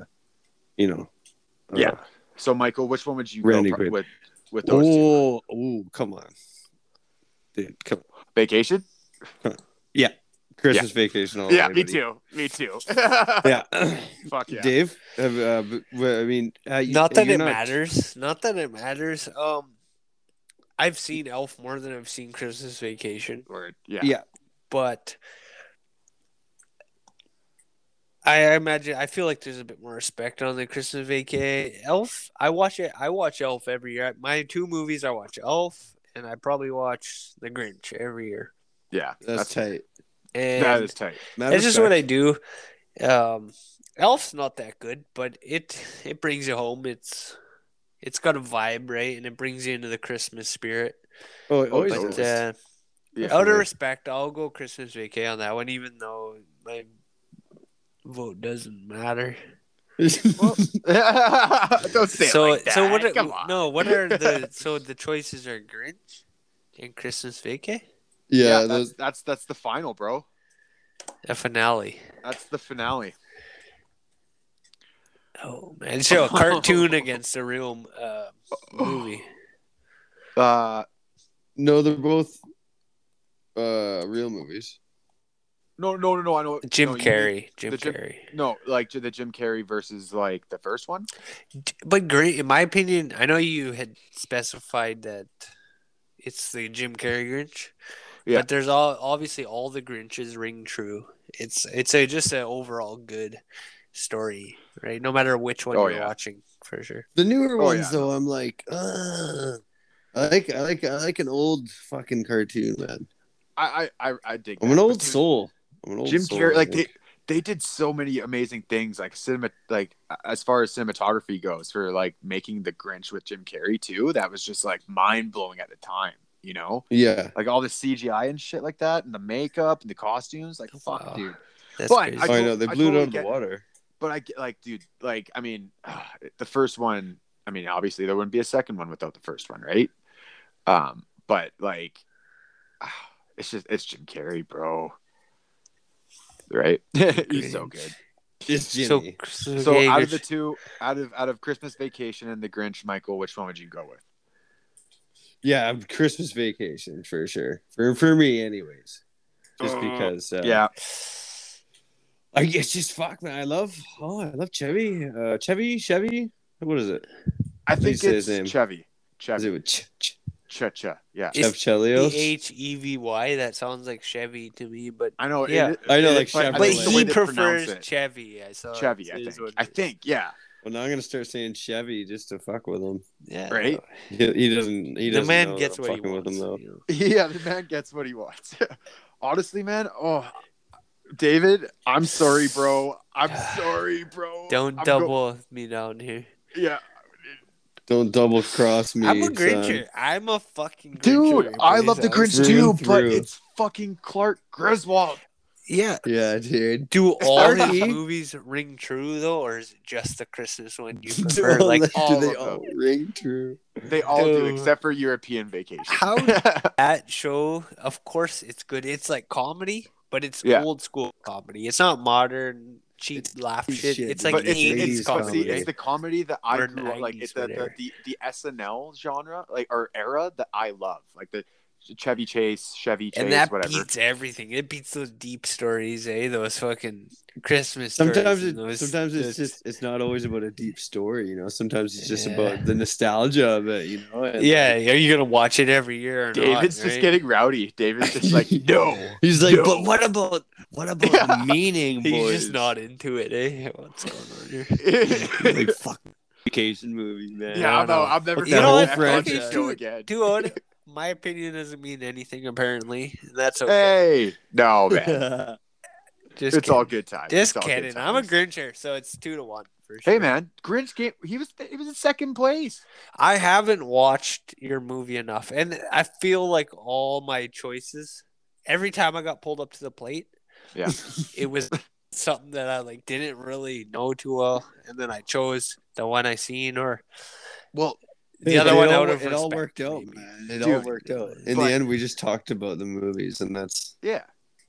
[SPEAKER 1] you know. uh,
[SPEAKER 2] Yeah. So, Michael, which one would you go
[SPEAKER 1] Randy
[SPEAKER 2] pro-
[SPEAKER 1] Quaid.
[SPEAKER 2] with? With those two,
[SPEAKER 1] Oh, oh, come on, dude, come on.
[SPEAKER 2] vacation.
[SPEAKER 1] Christmas vacation. all
[SPEAKER 2] yeah,
[SPEAKER 1] day,
[SPEAKER 2] me
[SPEAKER 1] Oh, buddy.
[SPEAKER 2] too. Me too.
[SPEAKER 1] Yeah,
[SPEAKER 2] Fuck yeah.
[SPEAKER 1] Dave. Uh, uh, but- well, I mean, uh, you-
[SPEAKER 3] Not that
[SPEAKER 1] you're
[SPEAKER 3] it matters. Not that it matters. Um, I've seen Elf more than I've seen Christmas Vacation,
[SPEAKER 2] Word. Yeah.
[SPEAKER 1] Yeah.
[SPEAKER 3] but I I imagine I feel like there's a bit more respect on the Christmas Vacation. Elf, I watch it. I watch Elf every year. My two movies, I watch Elf, and I probably watch The Grinch every year.
[SPEAKER 2] Yeah.
[SPEAKER 1] That's
[SPEAKER 2] That's,
[SPEAKER 1] tight.
[SPEAKER 3] And
[SPEAKER 2] that is tight.
[SPEAKER 1] Matter
[SPEAKER 3] That's
[SPEAKER 1] of
[SPEAKER 3] just what
[SPEAKER 1] fact,
[SPEAKER 3] I do. Um, Elf's not that good, but it it brings you home. It's it's got a vibe, right? And it brings you into the Christmas spirit.
[SPEAKER 1] Oh, it always
[SPEAKER 2] Oh,
[SPEAKER 3] But
[SPEAKER 1] does.
[SPEAKER 3] uh,
[SPEAKER 2] Yeah.
[SPEAKER 3] out of
[SPEAKER 1] Definitely.
[SPEAKER 3] respect, I'll go Christmas vacay on that one, even though my vote doesn't matter.
[SPEAKER 2] Well, Don't say
[SPEAKER 3] so
[SPEAKER 2] it like that.
[SPEAKER 3] so what? Are,
[SPEAKER 2] Come on.
[SPEAKER 3] No, what are the so the choices are Grinch and Christmas vacay,
[SPEAKER 1] yeah,
[SPEAKER 2] Yeah, that's,
[SPEAKER 1] those,
[SPEAKER 2] that's that's the final, bro.
[SPEAKER 3] a finale.
[SPEAKER 2] That's the finale.
[SPEAKER 3] Oh man, show a cartoon against a real uh, movie.
[SPEAKER 2] Uh,
[SPEAKER 1] no, they're both uh real movies.
[SPEAKER 2] no, no, no, no. I know
[SPEAKER 3] Jim
[SPEAKER 2] no, you mean-
[SPEAKER 3] Carrey. Jim
[SPEAKER 2] the Jim-
[SPEAKER 3] Carrey.
[SPEAKER 2] No, like the Jim Carrey versus like the first one.
[SPEAKER 3] But Grinch, in my opinion, I know you had specified that it's the Jim Carrey Grinch,
[SPEAKER 2] Yeah.
[SPEAKER 3] but there's all obviously all the Grinches ring true. It's it's a just an overall good story, right? No matter which one
[SPEAKER 2] Oh,
[SPEAKER 3] you're
[SPEAKER 2] yeah.
[SPEAKER 3] watching, for sure.
[SPEAKER 1] The newer
[SPEAKER 2] Oh,
[SPEAKER 1] ones,
[SPEAKER 2] yeah.
[SPEAKER 1] though, I'm like, uh, I like, I like, I like an old fucking cartoon, man.
[SPEAKER 2] I I I, I dig.
[SPEAKER 1] I'm
[SPEAKER 2] that.
[SPEAKER 1] an
[SPEAKER 2] But
[SPEAKER 1] old
[SPEAKER 2] dude,
[SPEAKER 1] soul. I'm an old
[SPEAKER 2] Jim
[SPEAKER 1] soul,
[SPEAKER 2] Carrey,
[SPEAKER 1] I
[SPEAKER 2] like they
[SPEAKER 1] think.
[SPEAKER 2] they did so many amazing things, like cinema, like as far as cinematography goes, for like making the Grinch with Jim Carrey too. That was just like mind blowing at the time, you know.
[SPEAKER 1] yeah,
[SPEAKER 2] Like all the CGI and shit like that, and the makeup and the costumes, like fuck,
[SPEAKER 3] Wow.
[SPEAKER 2] dude.
[SPEAKER 3] That's
[SPEAKER 2] But I-
[SPEAKER 1] I,
[SPEAKER 3] crazy.
[SPEAKER 1] oh, I
[SPEAKER 2] tot-
[SPEAKER 1] know they
[SPEAKER 2] I
[SPEAKER 1] blew it
[SPEAKER 2] totally
[SPEAKER 1] out of the
[SPEAKER 2] get-
[SPEAKER 1] water.
[SPEAKER 2] But I get like, dude, like I mean, the first one. I mean, obviously there wouldn't be a second one without the first one, right? Um, but like, it's just it's Jim Carrey, bro. Right? He's so good.
[SPEAKER 1] It's Jimmy.
[SPEAKER 3] so, so,
[SPEAKER 2] So
[SPEAKER 3] yeah,
[SPEAKER 2] out of
[SPEAKER 3] Grinch-
[SPEAKER 2] the two, out of out of Christmas Vacation and The Grinch, Michael, which one would you go with?
[SPEAKER 1] yeah, Christmas vacation for sure. For for me, anyways. Just
[SPEAKER 2] Uh,
[SPEAKER 1] because, uh,
[SPEAKER 2] yeah,
[SPEAKER 1] I guess just fuck, man. I love, oh, I love Chevy, uh, Chevy, Chevy. What is it?
[SPEAKER 2] I
[SPEAKER 1] do you
[SPEAKER 2] think
[SPEAKER 1] say his
[SPEAKER 2] it's
[SPEAKER 1] name?
[SPEAKER 2] Chevy.
[SPEAKER 1] Is it
[SPEAKER 2] Chevy.
[SPEAKER 1] with Ch- Ch-
[SPEAKER 2] Ch- Ch- yeah.
[SPEAKER 1] Chev
[SPEAKER 3] It's
[SPEAKER 1] Chelios?
[SPEAKER 3] E H E V Y. That sounds like Chevy to me, but
[SPEAKER 2] I know. it-
[SPEAKER 3] Yeah.
[SPEAKER 2] it-
[SPEAKER 1] I know,
[SPEAKER 2] it-
[SPEAKER 1] like
[SPEAKER 2] but I
[SPEAKER 1] Chevrolet.
[SPEAKER 3] but
[SPEAKER 2] think the way
[SPEAKER 3] he
[SPEAKER 2] they pronounce
[SPEAKER 3] prefers
[SPEAKER 2] it,
[SPEAKER 3] Chevy. I saw
[SPEAKER 2] Chevy. I
[SPEAKER 3] is
[SPEAKER 2] think.
[SPEAKER 3] what-
[SPEAKER 2] I think. Yeah.
[SPEAKER 1] Well, now I'm gonna start saying Chevy just to fuck with him.
[SPEAKER 3] yeah.
[SPEAKER 2] Right?
[SPEAKER 1] He, he doesn't. He
[SPEAKER 3] the
[SPEAKER 1] doesn't
[SPEAKER 3] man
[SPEAKER 1] know
[SPEAKER 3] gets
[SPEAKER 1] that
[SPEAKER 3] what
[SPEAKER 1] I'm
[SPEAKER 3] he
[SPEAKER 1] fucking
[SPEAKER 3] wants.
[SPEAKER 1] with him though.
[SPEAKER 3] you know?
[SPEAKER 2] Yeah. The man gets what he wants. Honestly, man. Oh, David, I'm sorry, bro. I'm sorry, bro.
[SPEAKER 3] Don't
[SPEAKER 2] I'm go-
[SPEAKER 3] double me down here.
[SPEAKER 2] yeah.
[SPEAKER 1] Don't double cross me.
[SPEAKER 3] I'm a
[SPEAKER 1] son.
[SPEAKER 3] Grincher. I'm a fucking Grincher.
[SPEAKER 2] Dude, I love the Grinch
[SPEAKER 3] please.
[SPEAKER 1] Through
[SPEAKER 2] too,
[SPEAKER 1] and
[SPEAKER 2] but
[SPEAKER 1] through.
[SPEAKER 2] it's fucking Clark Griswold.
[SPEAKER 3] Yeah.
[SPEAKER 1] Yeah, dude.
[SPEAKER 3] Do all
[SPEAKER 1] Aren't
[SPEAKER 3] his
[SPEAKER 1] he?
[SPEAKER 3] movies ring true though, or is it just the Christmas one you prefer? like,
[SPEAKER 2] all
[SPEAKER 1] do they
[SPEAKER 2] of them.
[SPEAKER 1] all ring true?
[SPEAKER 2] They all do,
[SPEAKER 3] Dude.
[SPEAKER 2] except for European Vacation.
[SPEAKER 3] How- that show, of course, it's good. It's like comedy, but it's
[SPEAKER 2] Yeah.
[SPEAKER 3] old school comedy. It's not modern cheap
[SPEAKER 4] It's
[SPEAKER 3] laugh
[SPEAKER 4] cheap
[SPEAKER 3] shit.
[SPEAKER 4] shit,
[SPEAKER 3] It's
[SPEAKER 4] dude.
[SPEAKER 3] like
[SPEAKER 2] but it's,
[SPEAKER 3] 80s
[SPEAKER 2] it's, but see,
[SPEAKER 3] comedy.
[SPEAKER 2] it's the comedy that I
[SPEAKER 3] Or
[SPEAKER 2] grew up like
[SPEAKER 3] 90s,
[SPEAKER 2] it's the, the,
[SPEAKER 3] whatever.
[SPEAKER 2] the the SNL genre like or era that I love like the Chevy Chase Chevy Chase
[SPEAKER 3] and that
[SPEAKER 2] whatever
[SPEAKER 3] beats everything. It beats those deep stories, eh? Those fucking Christmas.
[SPEAKER 4] Sometimes,
[SPEAKER 3] stories
[SPEAKER 4] it,
[SPEAKER 3] and those-
[SPEAKER 4] sometimes it's
[SPEAKER 3] those-
[SPEAKER 4] just it's not always about a deep story, you know. Sometimes it's just
[SPEAKER 3] Yeah.
[SPEAKER 4] about the nostalgia of it, you know. and-
[SPEAKER 3] yeah. Are you gonna watch it every year? Or
[SPEAKER 2] David's
[SPEAKER 3] not,
[SPEAKER 2] just
[SPEAKER 3] right?
[SPEAKER 2] getting rowdy David's just like no
[SPEAKER 4] he's like,
[SPEAKER 2] No.
[SPEAKER 4] but what about what about
[SPEAKER 2] Yeah.
[SPEAKER 4] meaning,
[SPEAKER 3] He's
[SPEAKER 4] boys?
[SPEAKER 3] just not into it, eh? What's going on here?
[SPEAKER 4] He's like fuck vacation movie, man.
[SPEAKER 2] yeah I'm,
[SPEAKER 3] no.
[SPEAKER 2] out. I'm never
[SPEAKER 4] But
[SPEAKER 3] you
[SPEAKER 2] gonna
[SPEAKER 3] know
[SPEAKER 2] watch
[SPEAKER 3] what?
[SPEAKER 2] that
[SPEAKER 3] Fucking
[SPEAKER 2] show
[SPEAKER 3] do it.
[SPEAKER 2] again
[SPEAKER 3] Too old. My opinion doesn't mean anything apparently. and That's okay.
[SPEAKER 2] hey no man
[SPEAKER 3] just
[SPEAKER 2] it's all good times
[SPEAKER 3] Just
[SPEAKER 2] It's all good
[SPEAKER 3] kidding. I'm a
[SPEAKER 2] times.
[SPEAKER 3] Grincher, so it's two to one for sure.
[SPEAKER 2] hey man Grinch game he was he was in second place
[SPEAKER 3] I haven't watched your movie enough, and I feel like all my choices every time I got pulled up to the plate,
[SPEAKER 2] Yeah.
[SPEAKER 3] it was something that I like didn't really know too well, and then I chose the one I seen or
[SPEAKER 2] well
[SPEAKER 3] the
[SPEAKER 4] Hey,
[SPEAKER 3] other
[SPEAKER 4] it
[SPEAKER 3] one
[SPEAKER 4] all-
[SPEAKER 3] out of
[SPEAKER 4] it all
[SPEAKER 3] respect,
[SPEAKER 4] worked out,
[SPEAKER 3] maybe.
[SPEAKER 4] man. It all
[SPEAKER 2] Dude,
[SPEAKER 4] worked out. In
[SPEAKER 2] but-
[SPEAKER 4] the end, we just talked about the movies, and that's
[SPEAKER 2] yeah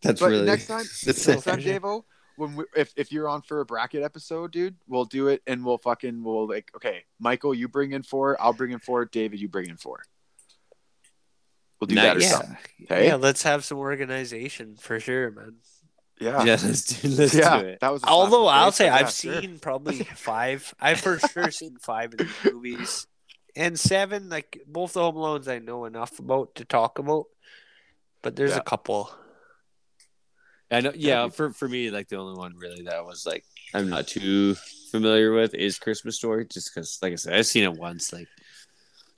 [SPEAKER 4] that's
[SPEAKER 2] But
[SPEAKER 4] really
[SPEAKER 2] next time-
[SPEAKER 4] that's
[SPEAKER 2] Next time,
[SPEAKER 4] it.
[SPEAKER 2] Davo, when we, if if you're on for a bracket episode, dude, we'll do it and we'll fucking we'll like okay, Michael, you bring in four, I'll bring in four, David, you bring in four. We'll do that or
[SPEAKER 1] Nice.
[SPEAKER 2] something. Hey,
[SPEAKER 3] Yeah,
[SPEAKER 2] yeah,
[SPEAKER 3] let's have some organization for sure, man.
[SPEAKER 2] yeah,
[SPEAKER 1] Yeah, let's do, let's
[SPEAKER 2] Yeah,
[SPEAKER 1] do it.
[SPEAKER 2] that was. a slap in
[SPEAKER 3] Although
[SPEAKER 2] the
[SPEAKER 3] I'll
[SPEAKER 2] face,
[SPEAKER 3] say
[SPEAKER 2] but yeah,
[SPEAKER 3] I've
[SPEAKER 2] sure.
[SPEAKER 3] seen probably five. I've for sure seen five of these movies, and seven like both the Home Loans I know enough about to talk about. But there's
[SPEAKER 2] Yeah.
[SPEAKER 3] a couple.
[SPEAKER 1] I know. Yeah, for for me, like the only one really that was like I'm not too familiar with is Christmas Story, just because, like I said, I've seen it once, like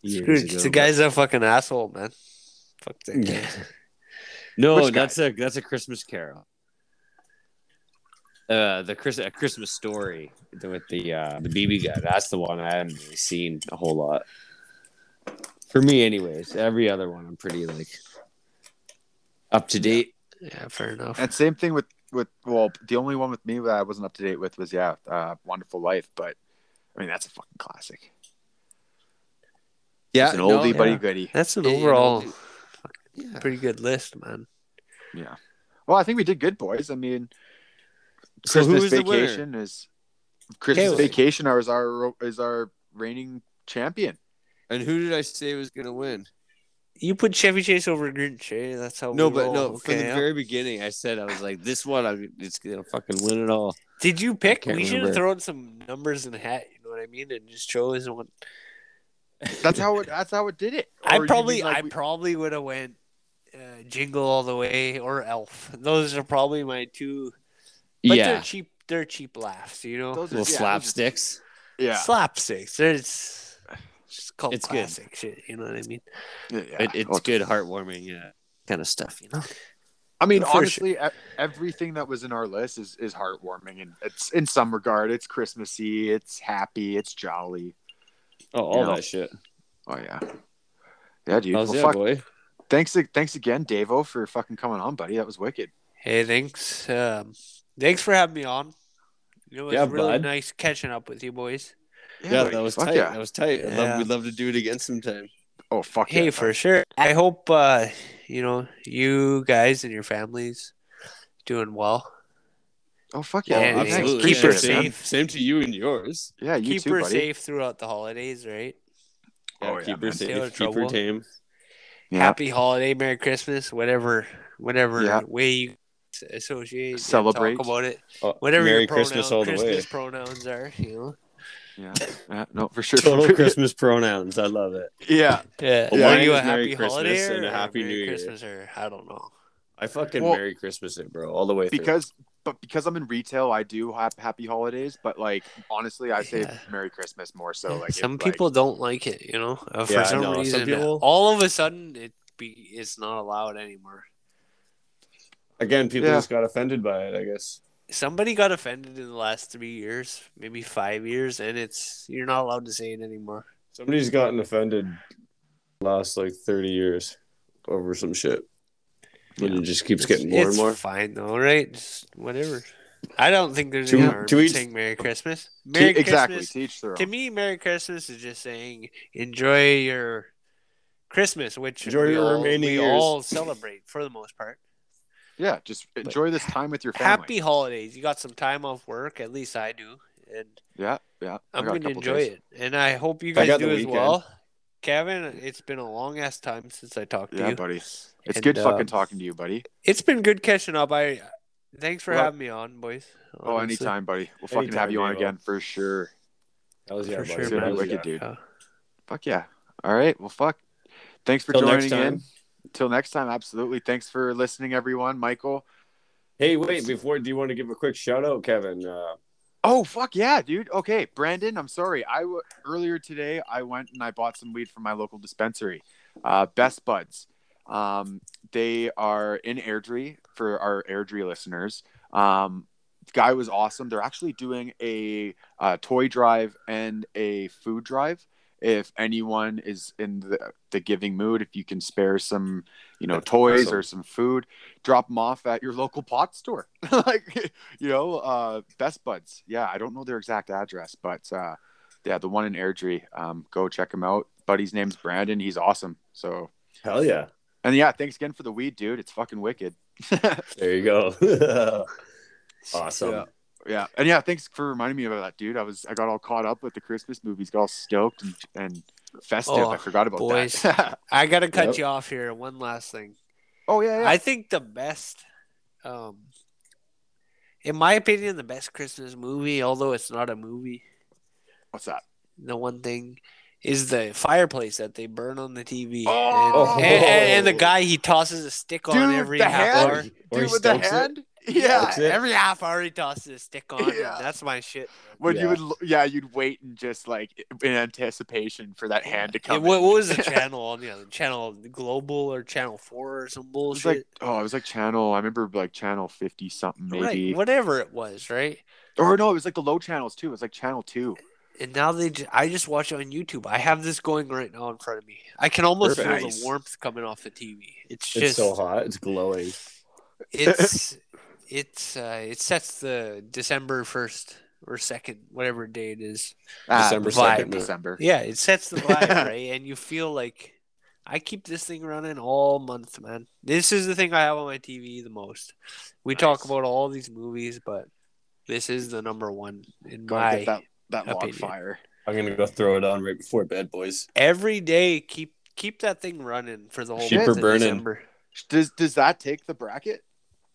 [SPEAKER 1] years
[SPEAKER 3] Scrooge,
[SPEAKER 1] ago.
[SPEAKER 3] the guy's a fucking asshole, man. Fuck that
[SPEAKER 1] but-
[SPEAKER 3] guy.
[SPEAKER 1] no,
[SPEAKER 2] Which guy?
[SPEAKER 1] that's a that's a Christmas Carol. Uh, the Chris a Christmas Story with the uh the BB guy. That's the one I haven't really seen a whole lot. For me, anyways, every other one I'm pretty like up to date.
[SPEAKER 3] Yeah, fair enough.
[SPEAKER 2] And same thing with with well, the only one with me that I wasn't up to date with was yeah, uh, Wonderful Life, but I mean that's a fucking classic.
[SPEAKER 4] yeah,
[SPEAKER 2] It's an
[SPEAKER 4] no,
[SPEAKER 2] oldie
[SPEAKER 4] yeah.
[SPEAKER 2] buddy goodie.
[SPEAKER 3] That's an
[SPEAKER 4] Yeah, you know,
[SPEAKER 3] overall
[SPEAKER 4] dude. Yeah.
[SPEAKER 3] pretty good list, man.
[SPEAKER 2] Yeah. Well, I think we did good, boys. I mean,
[SPEAKER 1] So who
[SPEAKER 2] Christmas
[SPEAKER 1] is the winner?
[SPEAKER 2] vacation is Christmas
[SPEAKER 1] Caleb.
[SPEAKER 2] vacation is our is our reigning champion.
[SPEAKER 4] And who did I say was gonna win?
[SPEAKER 3] You put Chevy Chase over Grinch, eh? That's how.
[SPEAKER 1] No,
[SPEAKER 3] we
[SPEAKER 1] but
[SPEAKER 3] roll.
[SPEAKER 1] no. From the
[SPEAKER 3] Okay,
[SPEAKER 1] very beginning, I said I was like, "This one, I'm, it's gonna fucking win it all."
[SPEAKER 3] Did you pick?
[SPEAKER 1] can't
[SPEAKER 3] We should have
[SPEAKER 1] remember.
[SPEAKER 3] thrown some numbers in the hat. You know what I mean? And just chose one.
[SPEAKER 2] That's how it. That's how it did it. Or
[SPEAKER 3] I
[SPEAKER 2] you
[SPEAKER 3] probably,
[SPEAKER 2] mean like
[SPEAKER 3] I
[SPEAKER 2] we-
[SPEAKER 3] probably would have went uh, Jingle All the Way or Elf. Those are probably my two. But they're
[SPEAKER 1] yeah,
[SPEAKER 3] cheap. They're cheap laughs, you know.
[SPEAKER 2] those are-
[SPEAKER 1] little
[SPEAKER 2] yeah,
[SPEAKER 1] slapsticks.
[SPEAKER 2] those are- Yeah,
[SPEAKER 3] Slapsticks. It's just called
[SPEAKER 1] It's good.
[SPEAKER 3] classic shit. You know what I mean?
[SPEAKER 2] yeah.
[SPEAKER 1] It, it's
[SPEAKER 2] Well,
[SPEAKER 1] good, heartwarming, yeah, kind of stuff, you know.
[SPEAKER 2] I mean,
[SPEAKER 3] for sure.
[SPEAKER 2] honestly, e- everything that was in our list is is heartwarming, and it's in some regard, it's Christmassy, it's happy, it's jolly.
[SPEAKER 1] Oh, all
[SPEAKER 2] Yeah.
[SPEAKER 1] that shit.
[SPEAKER 2] Oh yeah, yeah, dude.
[SPEAKER 1] How's
[SPEAKER 2] Well,
[SPEAKER 1] that,
[SPEAKER 2] fuck.
[SPEAKER 1] boy?
[SPEAKER 2] Thanks, thanks again, Davo, for fucking coming on, buddy. That was wicked.
[SPEAKER 3] Hey, thanks. Um, thanks for having me on. You know, it was
[SPEAKER 1] Yeah,
[SPEAKER 3] really
[SPEAKER 1] bud.
[SPEAKER 3] nice catching up with you boys.
[SPEAKER 1] Yeah,
[SPEAKER 2] buddy.
[SPEAKER 1] that was
[SPEAKER 2] Fuck
[SPEAKER 1] tight.
[SPEAKER 2] yeah.
[SPEAKER 1] That was tight. I'd
[SPEAKER 3] Yeah.
[SPEAKER 1] Love, we'd love to do it again sometime.
[SPEAKER 2] Oh fuck
[SPEAKER 3] Hey,
[SPEAKER 2] yeah.
[SPEAKER 3] for sure. I hope uh, you know you guys and your families doing well.
[SPEAKER 2] Oh fuck
[SPEAKER 3] Yeah,
[SPEAKER 2] yeah!
[SPEAKER 3] yeah,
[SPEAKER 2] Thanks.
[SPEAKER 3] absolutely.
[SPEAKER 2] Appreciate
[SPEAKER 3] Keep her
[SPEAKER 2] it,
[SPEAKER 1] same,
[SPEAKER 2] man.
[SPEAKER 3] safe.
[SPEAKER 1] Same to you and yours.
[SPEAKER 2] Yeah, you
[SPEAKER 3] Keep
[SPEAKER 2] too,
[SPEAKER 3] her
[SPEAKER 2] buddy.
[SPEAKER 3] safe throughout the holidays, right?
[SPEAKER 1] Yeah,
[SPEAKER 2] Oh, yeah,
[SPEAKER 1] keep her
[SPEAKER 2] man.
[SPEAKER 1] safe.
[SPEAKER 3] Stay out of
[SPEAKER 1] Keep her
[SPEAKER 3] trouble.
[SPEAKER 1] tame.
[SPEAKER 2] Yeah.
[SPEAKER 3] happy holiday, Merry Christmas, whatever, whatever
[SPEAKER 2] Yeah.
[SPEAKER 3] way you associate, and
[SPEAKER 2] Celebrate.
[SPEAKER 3] talk about it,
[SPEAKER 1] Oh,
[SPEAKER 3] whatever
[SPEAKER 1] Merry
[SPEAKER 3] your pronoun,
[SPEAKER 1] Christmas all the
[SPEAKER 3] Christmas
[SPEAKER 1] way.
[SPEAKER 3] pronouns are, you know.
[SPEAKER 2] Yeah, yeah, no, for sure.
[SPEAKER 1] Total Christmas pronouns. I love it.
[SPEAKER 2] Yeah,
[SPEAKER 3] Yeah,
[SPEAKER 1] Well,
[SPEAKER 3] are
[SPEAKER 1] mine
[SPEAKER 3] you a
[SPEAKER 1] is Merry
[SPEAKER 3] happy holiday
[SPEAKER 1] Christmas and
[SPEAKER 3] or
[SPEAKER 1] a Happy
[SPEAKER 3] Merry
[SPEAKER 1] New Year.
[SPEAKER 3] Christmas or I don't know.
[SPEAKER 1] I fucking
[SPEAKER 2] Well-
[SPEAKER 1] Merry Christmas it, bro, all the way through.
[SPEAKER 2] because but because I'm in retail, I do have happy holidays. But like honestly, I say
[SPEAKER 3] Yeah.
[SPEAKER 2] Merry Christmas more so. Like
[SPEAKER 3] some
[SPEAKER 2] it-
[SPEAKER 3] people don't like it, you know. Uh, for
[SPEAKER 1] Yeah, I
[SPEAKER 3] some
[SPEAKER 1] know. Some
[SPEAKER 3] reason,
[SPEAKER 1] people-
[SPEAKER 3] all of a sudden it be it's not allowed anymore.
[SPEAKER 1] again, people
[SPEAKER 2] Yeah.
[SPEAKER 1] just got offended by it. I guess.
[SPEAKER 3] Somebody got offended in the last three years, maybe five years, and it's you're not allowed to say it anymore.
[SPEAKER 1] Somebody's gotten offended last like 30 years over some shit. And it just keeps getting more and
[SPEAKER 3] It's
[SPEAKER 1] more.
[SPEAKER 3] Fine though, right? Just whatever. I don't think there's
[SPEAKER 1] To-
[SPEAKER 3] any harm
[SPEAKER 1] to
[SPEAKER 3] in
[SPEAKER 1] each-
[SPEAKER 3] saying Merry Christmas.
[SPEAKER 2] Te-
[SPEAKER 3] Merry
[SPEAKER 2] exactly.
[SPEAKER 3] Christmas.
[SPEAKER 2] To each their
[SPEAKER 3] To
[SPEAKER 2] own.
[SPEAKER 3] me, Merry Christmas is just saying enjoy your Christmas, which
[SPEAKER 1] Enjoy
[SPEAKER 3] we
[SPEAKER 1] your
[SPEAKER 3] all,
[SPEAKER 1] remaining
[SPEAKER 3] we
[SPEAKER 1] years.
[SPEAKER 3] all celebrate for the most part.
[SPEAKER 2] Yeah, just enjoy this time with your family.
[SPEAKER 3] Happy holidays. You got some time off work. At least I do. And
[SPEAKER 2] Yeah, yeah. I
[SPEAKER 3] I'm
[SPEAKER 2] got a
[SPEAKER 3] going to
[SPEAKER 2] couple
[SPEAKER 3] enjoy
[SPEAKER 2] days.
[SPEAKER 3] it. And I hope you
[SPEAKER 4] I
[SPEAKER 3] guys
[SPEAKER 4] got
[SPEAKER 3] do
[SPEAKER 4] the
[SPEAKER 3] as
[SPEAKER 4] weekend.
[SPEAKER 3] well. Kevin, it's been a long ass time since I talked to
[SPEAKER 2] Yeah,
[SPEAKER 3] you.
[SPEAKER 2] buddy. It's
[SPEAKER 3] And,
[SPEAKER 2] good
[SPEAKER 3] uh,
[SPEAKER 2] fucking talking to you, buddy.
[SPEAKER 3] It's been good catching up. I thanks for
[SPEAKER 2] Well-
[SPEAKER 3] having me on, boys.
[SPEAKER 2] Oh,
[SPEAKER 3] honestly.
[SPEAKER 2] anytime, buddy. We'll fucking
[SPEAKER 1] Anytime,
[SPEAKER 2] have you on
[SPEAKER 1] Dave.
[SPEAKER 2] again for sure.
[SPEAKER 1] That was yeah,
[SPEAKER 3] For
[SPEAKER 1] buddy.
[SPEAKER 3] sure,
[SPEAKER 2] It's
[SPEAKER 3] man.
[SPEAKER 1] That
[SPEAKER 2] gonna be
[SPEAKER 1] was
[SPEAKER 2] wicked,
[SPEAKER 1] yeah.
[SPEAKER 2] dude.
[SPEAKER 3] Yeah.
[SPEAKER 2] Fuck yeah. All right. Well, fuck. Thanks for
[SPEAKER 1] Till next
[SPEAKER 2] joining in.
[SPEAKER 1] time.
[SPEAKER 2] Till next time, absolutely. Thanks for listening, everyone. Michael.
[SPEAKER 1] Hey, wait! Before, do you want to give a quick shout out, Kevin? Uh,
[SPEAKER 2] Oh fuck yeah, dude. Okay, Brandon. I'm sorry. I w- earlier today I went and I bought some weed from my local dispensary, uh, Best Buds. Um, they are in Airdrie for our Airdrie listeners. Um, guy was awesome. They're actually doing a uh, toy drive and a food drive. If anyone is in the, the giving mood, if you can spare some, you know,
[SPEAKER 1] That's
[SPEAKER 2] toys
[SPEAKER 1] awesome.
[SPEAKER 2] or some food, drop them off at your local pot store. like, you know, uh, Best Buds. Yeah, I don't know their exact address, but uh, yeah, the one in Airdrie. Um, go check him out. Buddy's name's Brandon. He's awesome. So,
[SPEAKER 1] hell yeah!
[SPEAKER 2] and yeah, thanks again for the weed, dude. It's fucking wicked.
[SPEAKER 1] There you go. awesome.
[SPEAKER 3] Yeah.
[SPEAKER 2] Yeah, and yeah, thanks for reminding me about that, dude. I was I got all caught up with the Christmas movies, got all stoked and, and festive.
[SPEAKER 3] Oh,
[SPEAKER 2] I forgot about
[SPEAKER 3] boys.
[SPEAKER 2] that.
[SPEAKER 3] I gotta cut
[SPEAKER 1] Yep.
[SPEAKER 3] you off here. One last thing.
[SPEAKER 2] oh yeah, yeah.
[SPEAKER 3] I think the best, um, in my opinion, the best Christmas movie, although it's not a movie,
[SPEAKER 2] What's that?
[SPEAKER 3] the one thing is the fireplace that they burn on the TV.
[SPEAKER 2] Oh!
[SPEAKER 3] and, and, and, and the guy he tosses a stick on
[SPEAKER 2] Dude,
[SPEAKER 3] every
[SPEAKER 2] the
[SPEAKER 3] half
[SPEAKER 2] hand?
[SPEAKER 1] Or,
[SPEAKER 3] hour.
[SPEAKER 1] he- or he
[SPEAKER 2] Dude with the
[SPEAKER 1] stokes it.
[SPEAKER 2] hand?
[SPEAKER 1] That's
[SPEAKER 2] Yeah.
[SPEAKER 1] it.
[SPEAKER 3] Every half hour he tosses a stick on. and
[SPEAKER 2] Yeah.
[SPEAKER 3] That's my shit.
[SPEAKER 2] When you
[SPEAKER 1] Yeah.
[SPEAKER 2] would l- yeah, you'd wait and just like in anticipation for that hand to
[SPEAKER 3] And
[SPEAKER 2] come.
[SPEAKER 3] what,
[SPEAKER 2] in.
[SPEAKER 3] what was the channel on the other channel? Global or Channel Four or some
[SPEAKER 2] It was
[SPEAKER 3] bullshit?
[SPEAKER 2] like oh, it was like channel. I remember like channel fifty something maybe,
[SPEAKER 3] Right, whatever it was, right?
[SPEAKER 2] or no, it was like the low channels too. It was like channel two.
[SPEAKER 3] And now they, j- I just watch it on YouTube. I have this going right now in front of me. I can almost
[SPEAKER 1] Perfect.
[SPEAKER 3] feel
[SPEAKER 2] Nice.
[SPEAKER 3] the warmth coming off the TV. It's
[SPEAKER 1] It's
[SPEAKER 3] just, it's,
[SPEAKER 1] so hot. It's glowing.
[SPEAKER 3] it's, uh, it sets the December first or second, whatever day it is.
[SPEAKER 2] Ah,
[SPEAKER 1] December
[SPEAKER 2] the vibe,
[SPEAKER 3] 2nd.
[SPEAKER 2] December.
[SPEAKER 3] Yeah, it sets the vibe, right? And you feel like, I keep this thing running all month, man. This is the thing I have on my TV the most. We talk
[SPEAKER 1] Nice.
[SPEAKER 3] about all these movies, but this is the number one in
[SPEAKER 2] Gotta
[SPEAKER 3] my
[SPEAKER 2] get that that log
[SPEAKER 3] opinion.
[SPEAKER 2] fire.
[SPEAKER 1] I'm gonna go throw it on right before bed, boys.
[SPEAKER 3] every day keep keep that thing running for the whole
[SPEAKER 1] Keep
[SPEAKER 3] month
[SPEAKER 1] her
[SPEAKER 3] of
[SPEAKER 1] burning.
[SPEAKER 3] December.
[SPEAKER 2] Does does that take the bracket?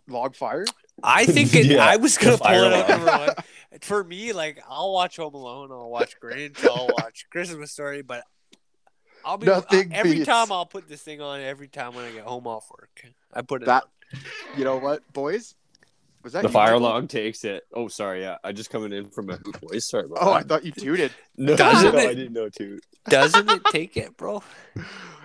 [SPEAKER 2] Log fire?
[SPEAKER 3] I think it,
[SPEAKER 1] Yeah,
[SPEAKER 3] I was gonna
[SPEAKER 1] the
[SPEAKER 3] pull it out
[SPEAKER 1] fireworks.
[SPEAKER 3] number one. For me, like I'll watch Home Alone, I'll watch Grinch, I'll watch Christmas Story, but I'll be
[SPEAKER 2] Nothing
[SPEAKER 3] every
[SPEAKER 2] beats-
[SPEAKER 3] time I'll put this thing on every time when I get home off work. I put it
[SPEAKER 2] That you know what, boys? Was that
[SPEAKER 1] The
[SPEAKER 2] you,
[SPEAKER 1] fire
[SPEAKER 2] Michael?
[SPEAKER 1] log takes it. Oh, sorry. Yeah, I just coming in from a hoop, boys. Sorry. About
[SPEAKER 2] Oh, I
[SPEAKER 1] that.
[SPEAKER 2] thought you tooted.
[SPEAKER 1] no,
[SPEAKER 3] Doesn't
[SPEAKER 1] no,
[SPEAKER 3] it-
[SPEAKER 1] I didn't know too.
[SPEAKER 3] doesn't it take it, bro?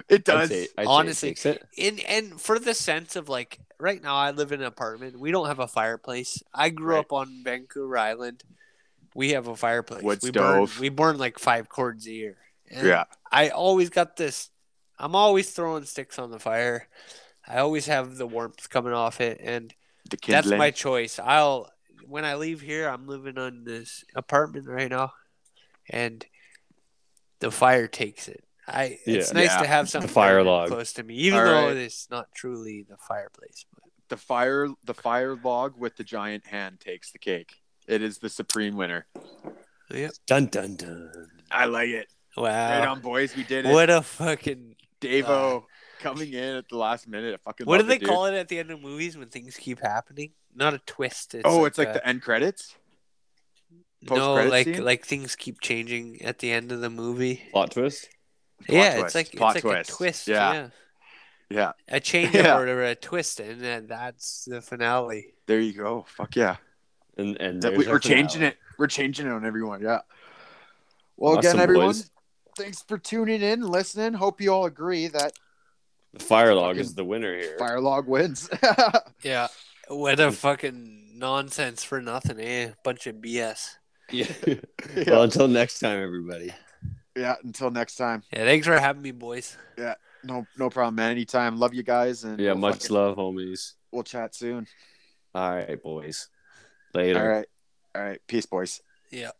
[SPEAKER 2] It
[SPEAKER 1] I'd
[SPEAKER 2] does.
[SPEAKER 1] say- I'd say it
[SPEAKER 3] honestly,
[SPEAKER 1] takes it.
[SPEAKER 3] And and for the sense of like right now I live in an apartment. We don't have a fireplace. I grew
[SPEAKER 2] Right.
[SPEAKER 3] up on Vancouver Island. We have a fireplace.
[SPEAKER 2] Wood
[SPEAKER 3] we burn-
[SPEAKER 2] stove.
[SPEAKER 3] we burn like five cords a year. And
[SPEAKER 2] Yeah.
[SPEAKER 3] I always got this. I'm always throwing sticks on the fire. I always have the warmth coming off it, and
[SPEAKER 2] The
[SPEAKER 3] that's
[SPEAKER 2] kindling.
[SPEAKER 3] my choice. I'll when I leave here, I'm living on this apartment right now, and the fire takes it. I it's
[SPEAKER 1] Yeah.
[SPEAKER 3] nice
[SPEAKER 2] Yeah.
[SPEAKER 3] to have something
[SPEAKER 1] fire
[SPEAKER 3] burning
[SPEAKER 1] log.
[SPEAKER 3] close to me, even
[SPEAKER 2] All
[SPEAKER 3] though
[SPEAKER 2] right.
[SPEAKER 3] it's not truly the fireplace. But
[SPEAKER 2] the fire the fire log with the giant hand takes the cake. It is the supreme winner.
[SPEAKER 1] Dun dun dun.
[SPEAKER 2] I like it. Right
[SPEAKER 3] wow,
[SPEAKER 2] on, boys. We did it.
[SPEAKER 3] Uh, what a fucking
[SPEAKER 2] Davo coming in at the last minute. I fucking
[SPEAKER 3] what do
[SPEAKER 2] love
[SPEAKER 3] they
[SPEAKER 2] it, dude.
[SPEAKER 3] call it at the end of movies when things keep happening? Not a twist. It's uh,
[SPEAKER 2] Oh, it's like
[SPEAKER 3] a-
[SPEAKER 2] the end credits.
[SPEAKER 3] no,
[SPEAKER 2] post-credit
[SPEAKER 3] like
[SPEAKER 2] scene?
[SPEAKER 3] like things keep changing at the end of the movie.
[SPEAKER 1] Plot twist.
[SPEAKER 3] yeah, it's
[SPEAKER 2] twist,
[SPEAKER 3] like
[SPEAKER 2] Oh, plot
[SPEAKER 3] it's like
[SPEAKER 2] twist.
[SPEAKER 3] a twist.
[SPEAKER 2] Yeah.
[SPEAKER 3] Yeah.
[SPEAKER 2] Yeah,
[SPEAKER 3] a change
[SPEAKER 2] Yeah.
[SPEAKER 3] or whatever, a twist, and then that's the finale.
[SPEAKER 2] there you go. Fuck yeah.
[SPEAKER 1] And and
[SPEAKER 2] That- we,
[SPEAKER 1] there's our
[SPEAKER 2] are changing
[SPEAKER 1] finale.
[SPEAKER 2] it. We're changing it on everyone. Yeah. Well,
[SPEAKER 1] Awesome,
[SPEAKER 2] again, everyone,
[SPEAKER 1] boys.
[SPEAKER 2] thanks for tuning in, and listening. Hope you all agree that
[SPEAKER 1] The fire log
[SPEAKER 2] Fucking
[SPEAKER 1] is the winner here.
[SPEAKER 2] Firelog wins.
[SPEAKER 3] Yeah, what a fucking nonsense for nothing, eh? Bunch of BS.
[SPEAKER 1] Yeah. well, until next time, everybody.
[SPEAKER 2] yeah. Until next time.
[SPEAKER 3] Yeah, thanks for having me, boys.
[SPEAKER 2] No, no problem, man. Anytime. Love you guys, and
[SPEAKER 1] Yeah,
[SPEAKER 2] we'll
[SPEAKER 1] much
[SPEAKER 2] fucking-
[SPEAKER 1] love, homies.
[SPEAKER 2] We'll chat soon.
[SPEAKER 1] All right, boys. Later.
[SPEAKER 2] All right. All right. Peace, boys.
[SPEAKER 3] Yeah.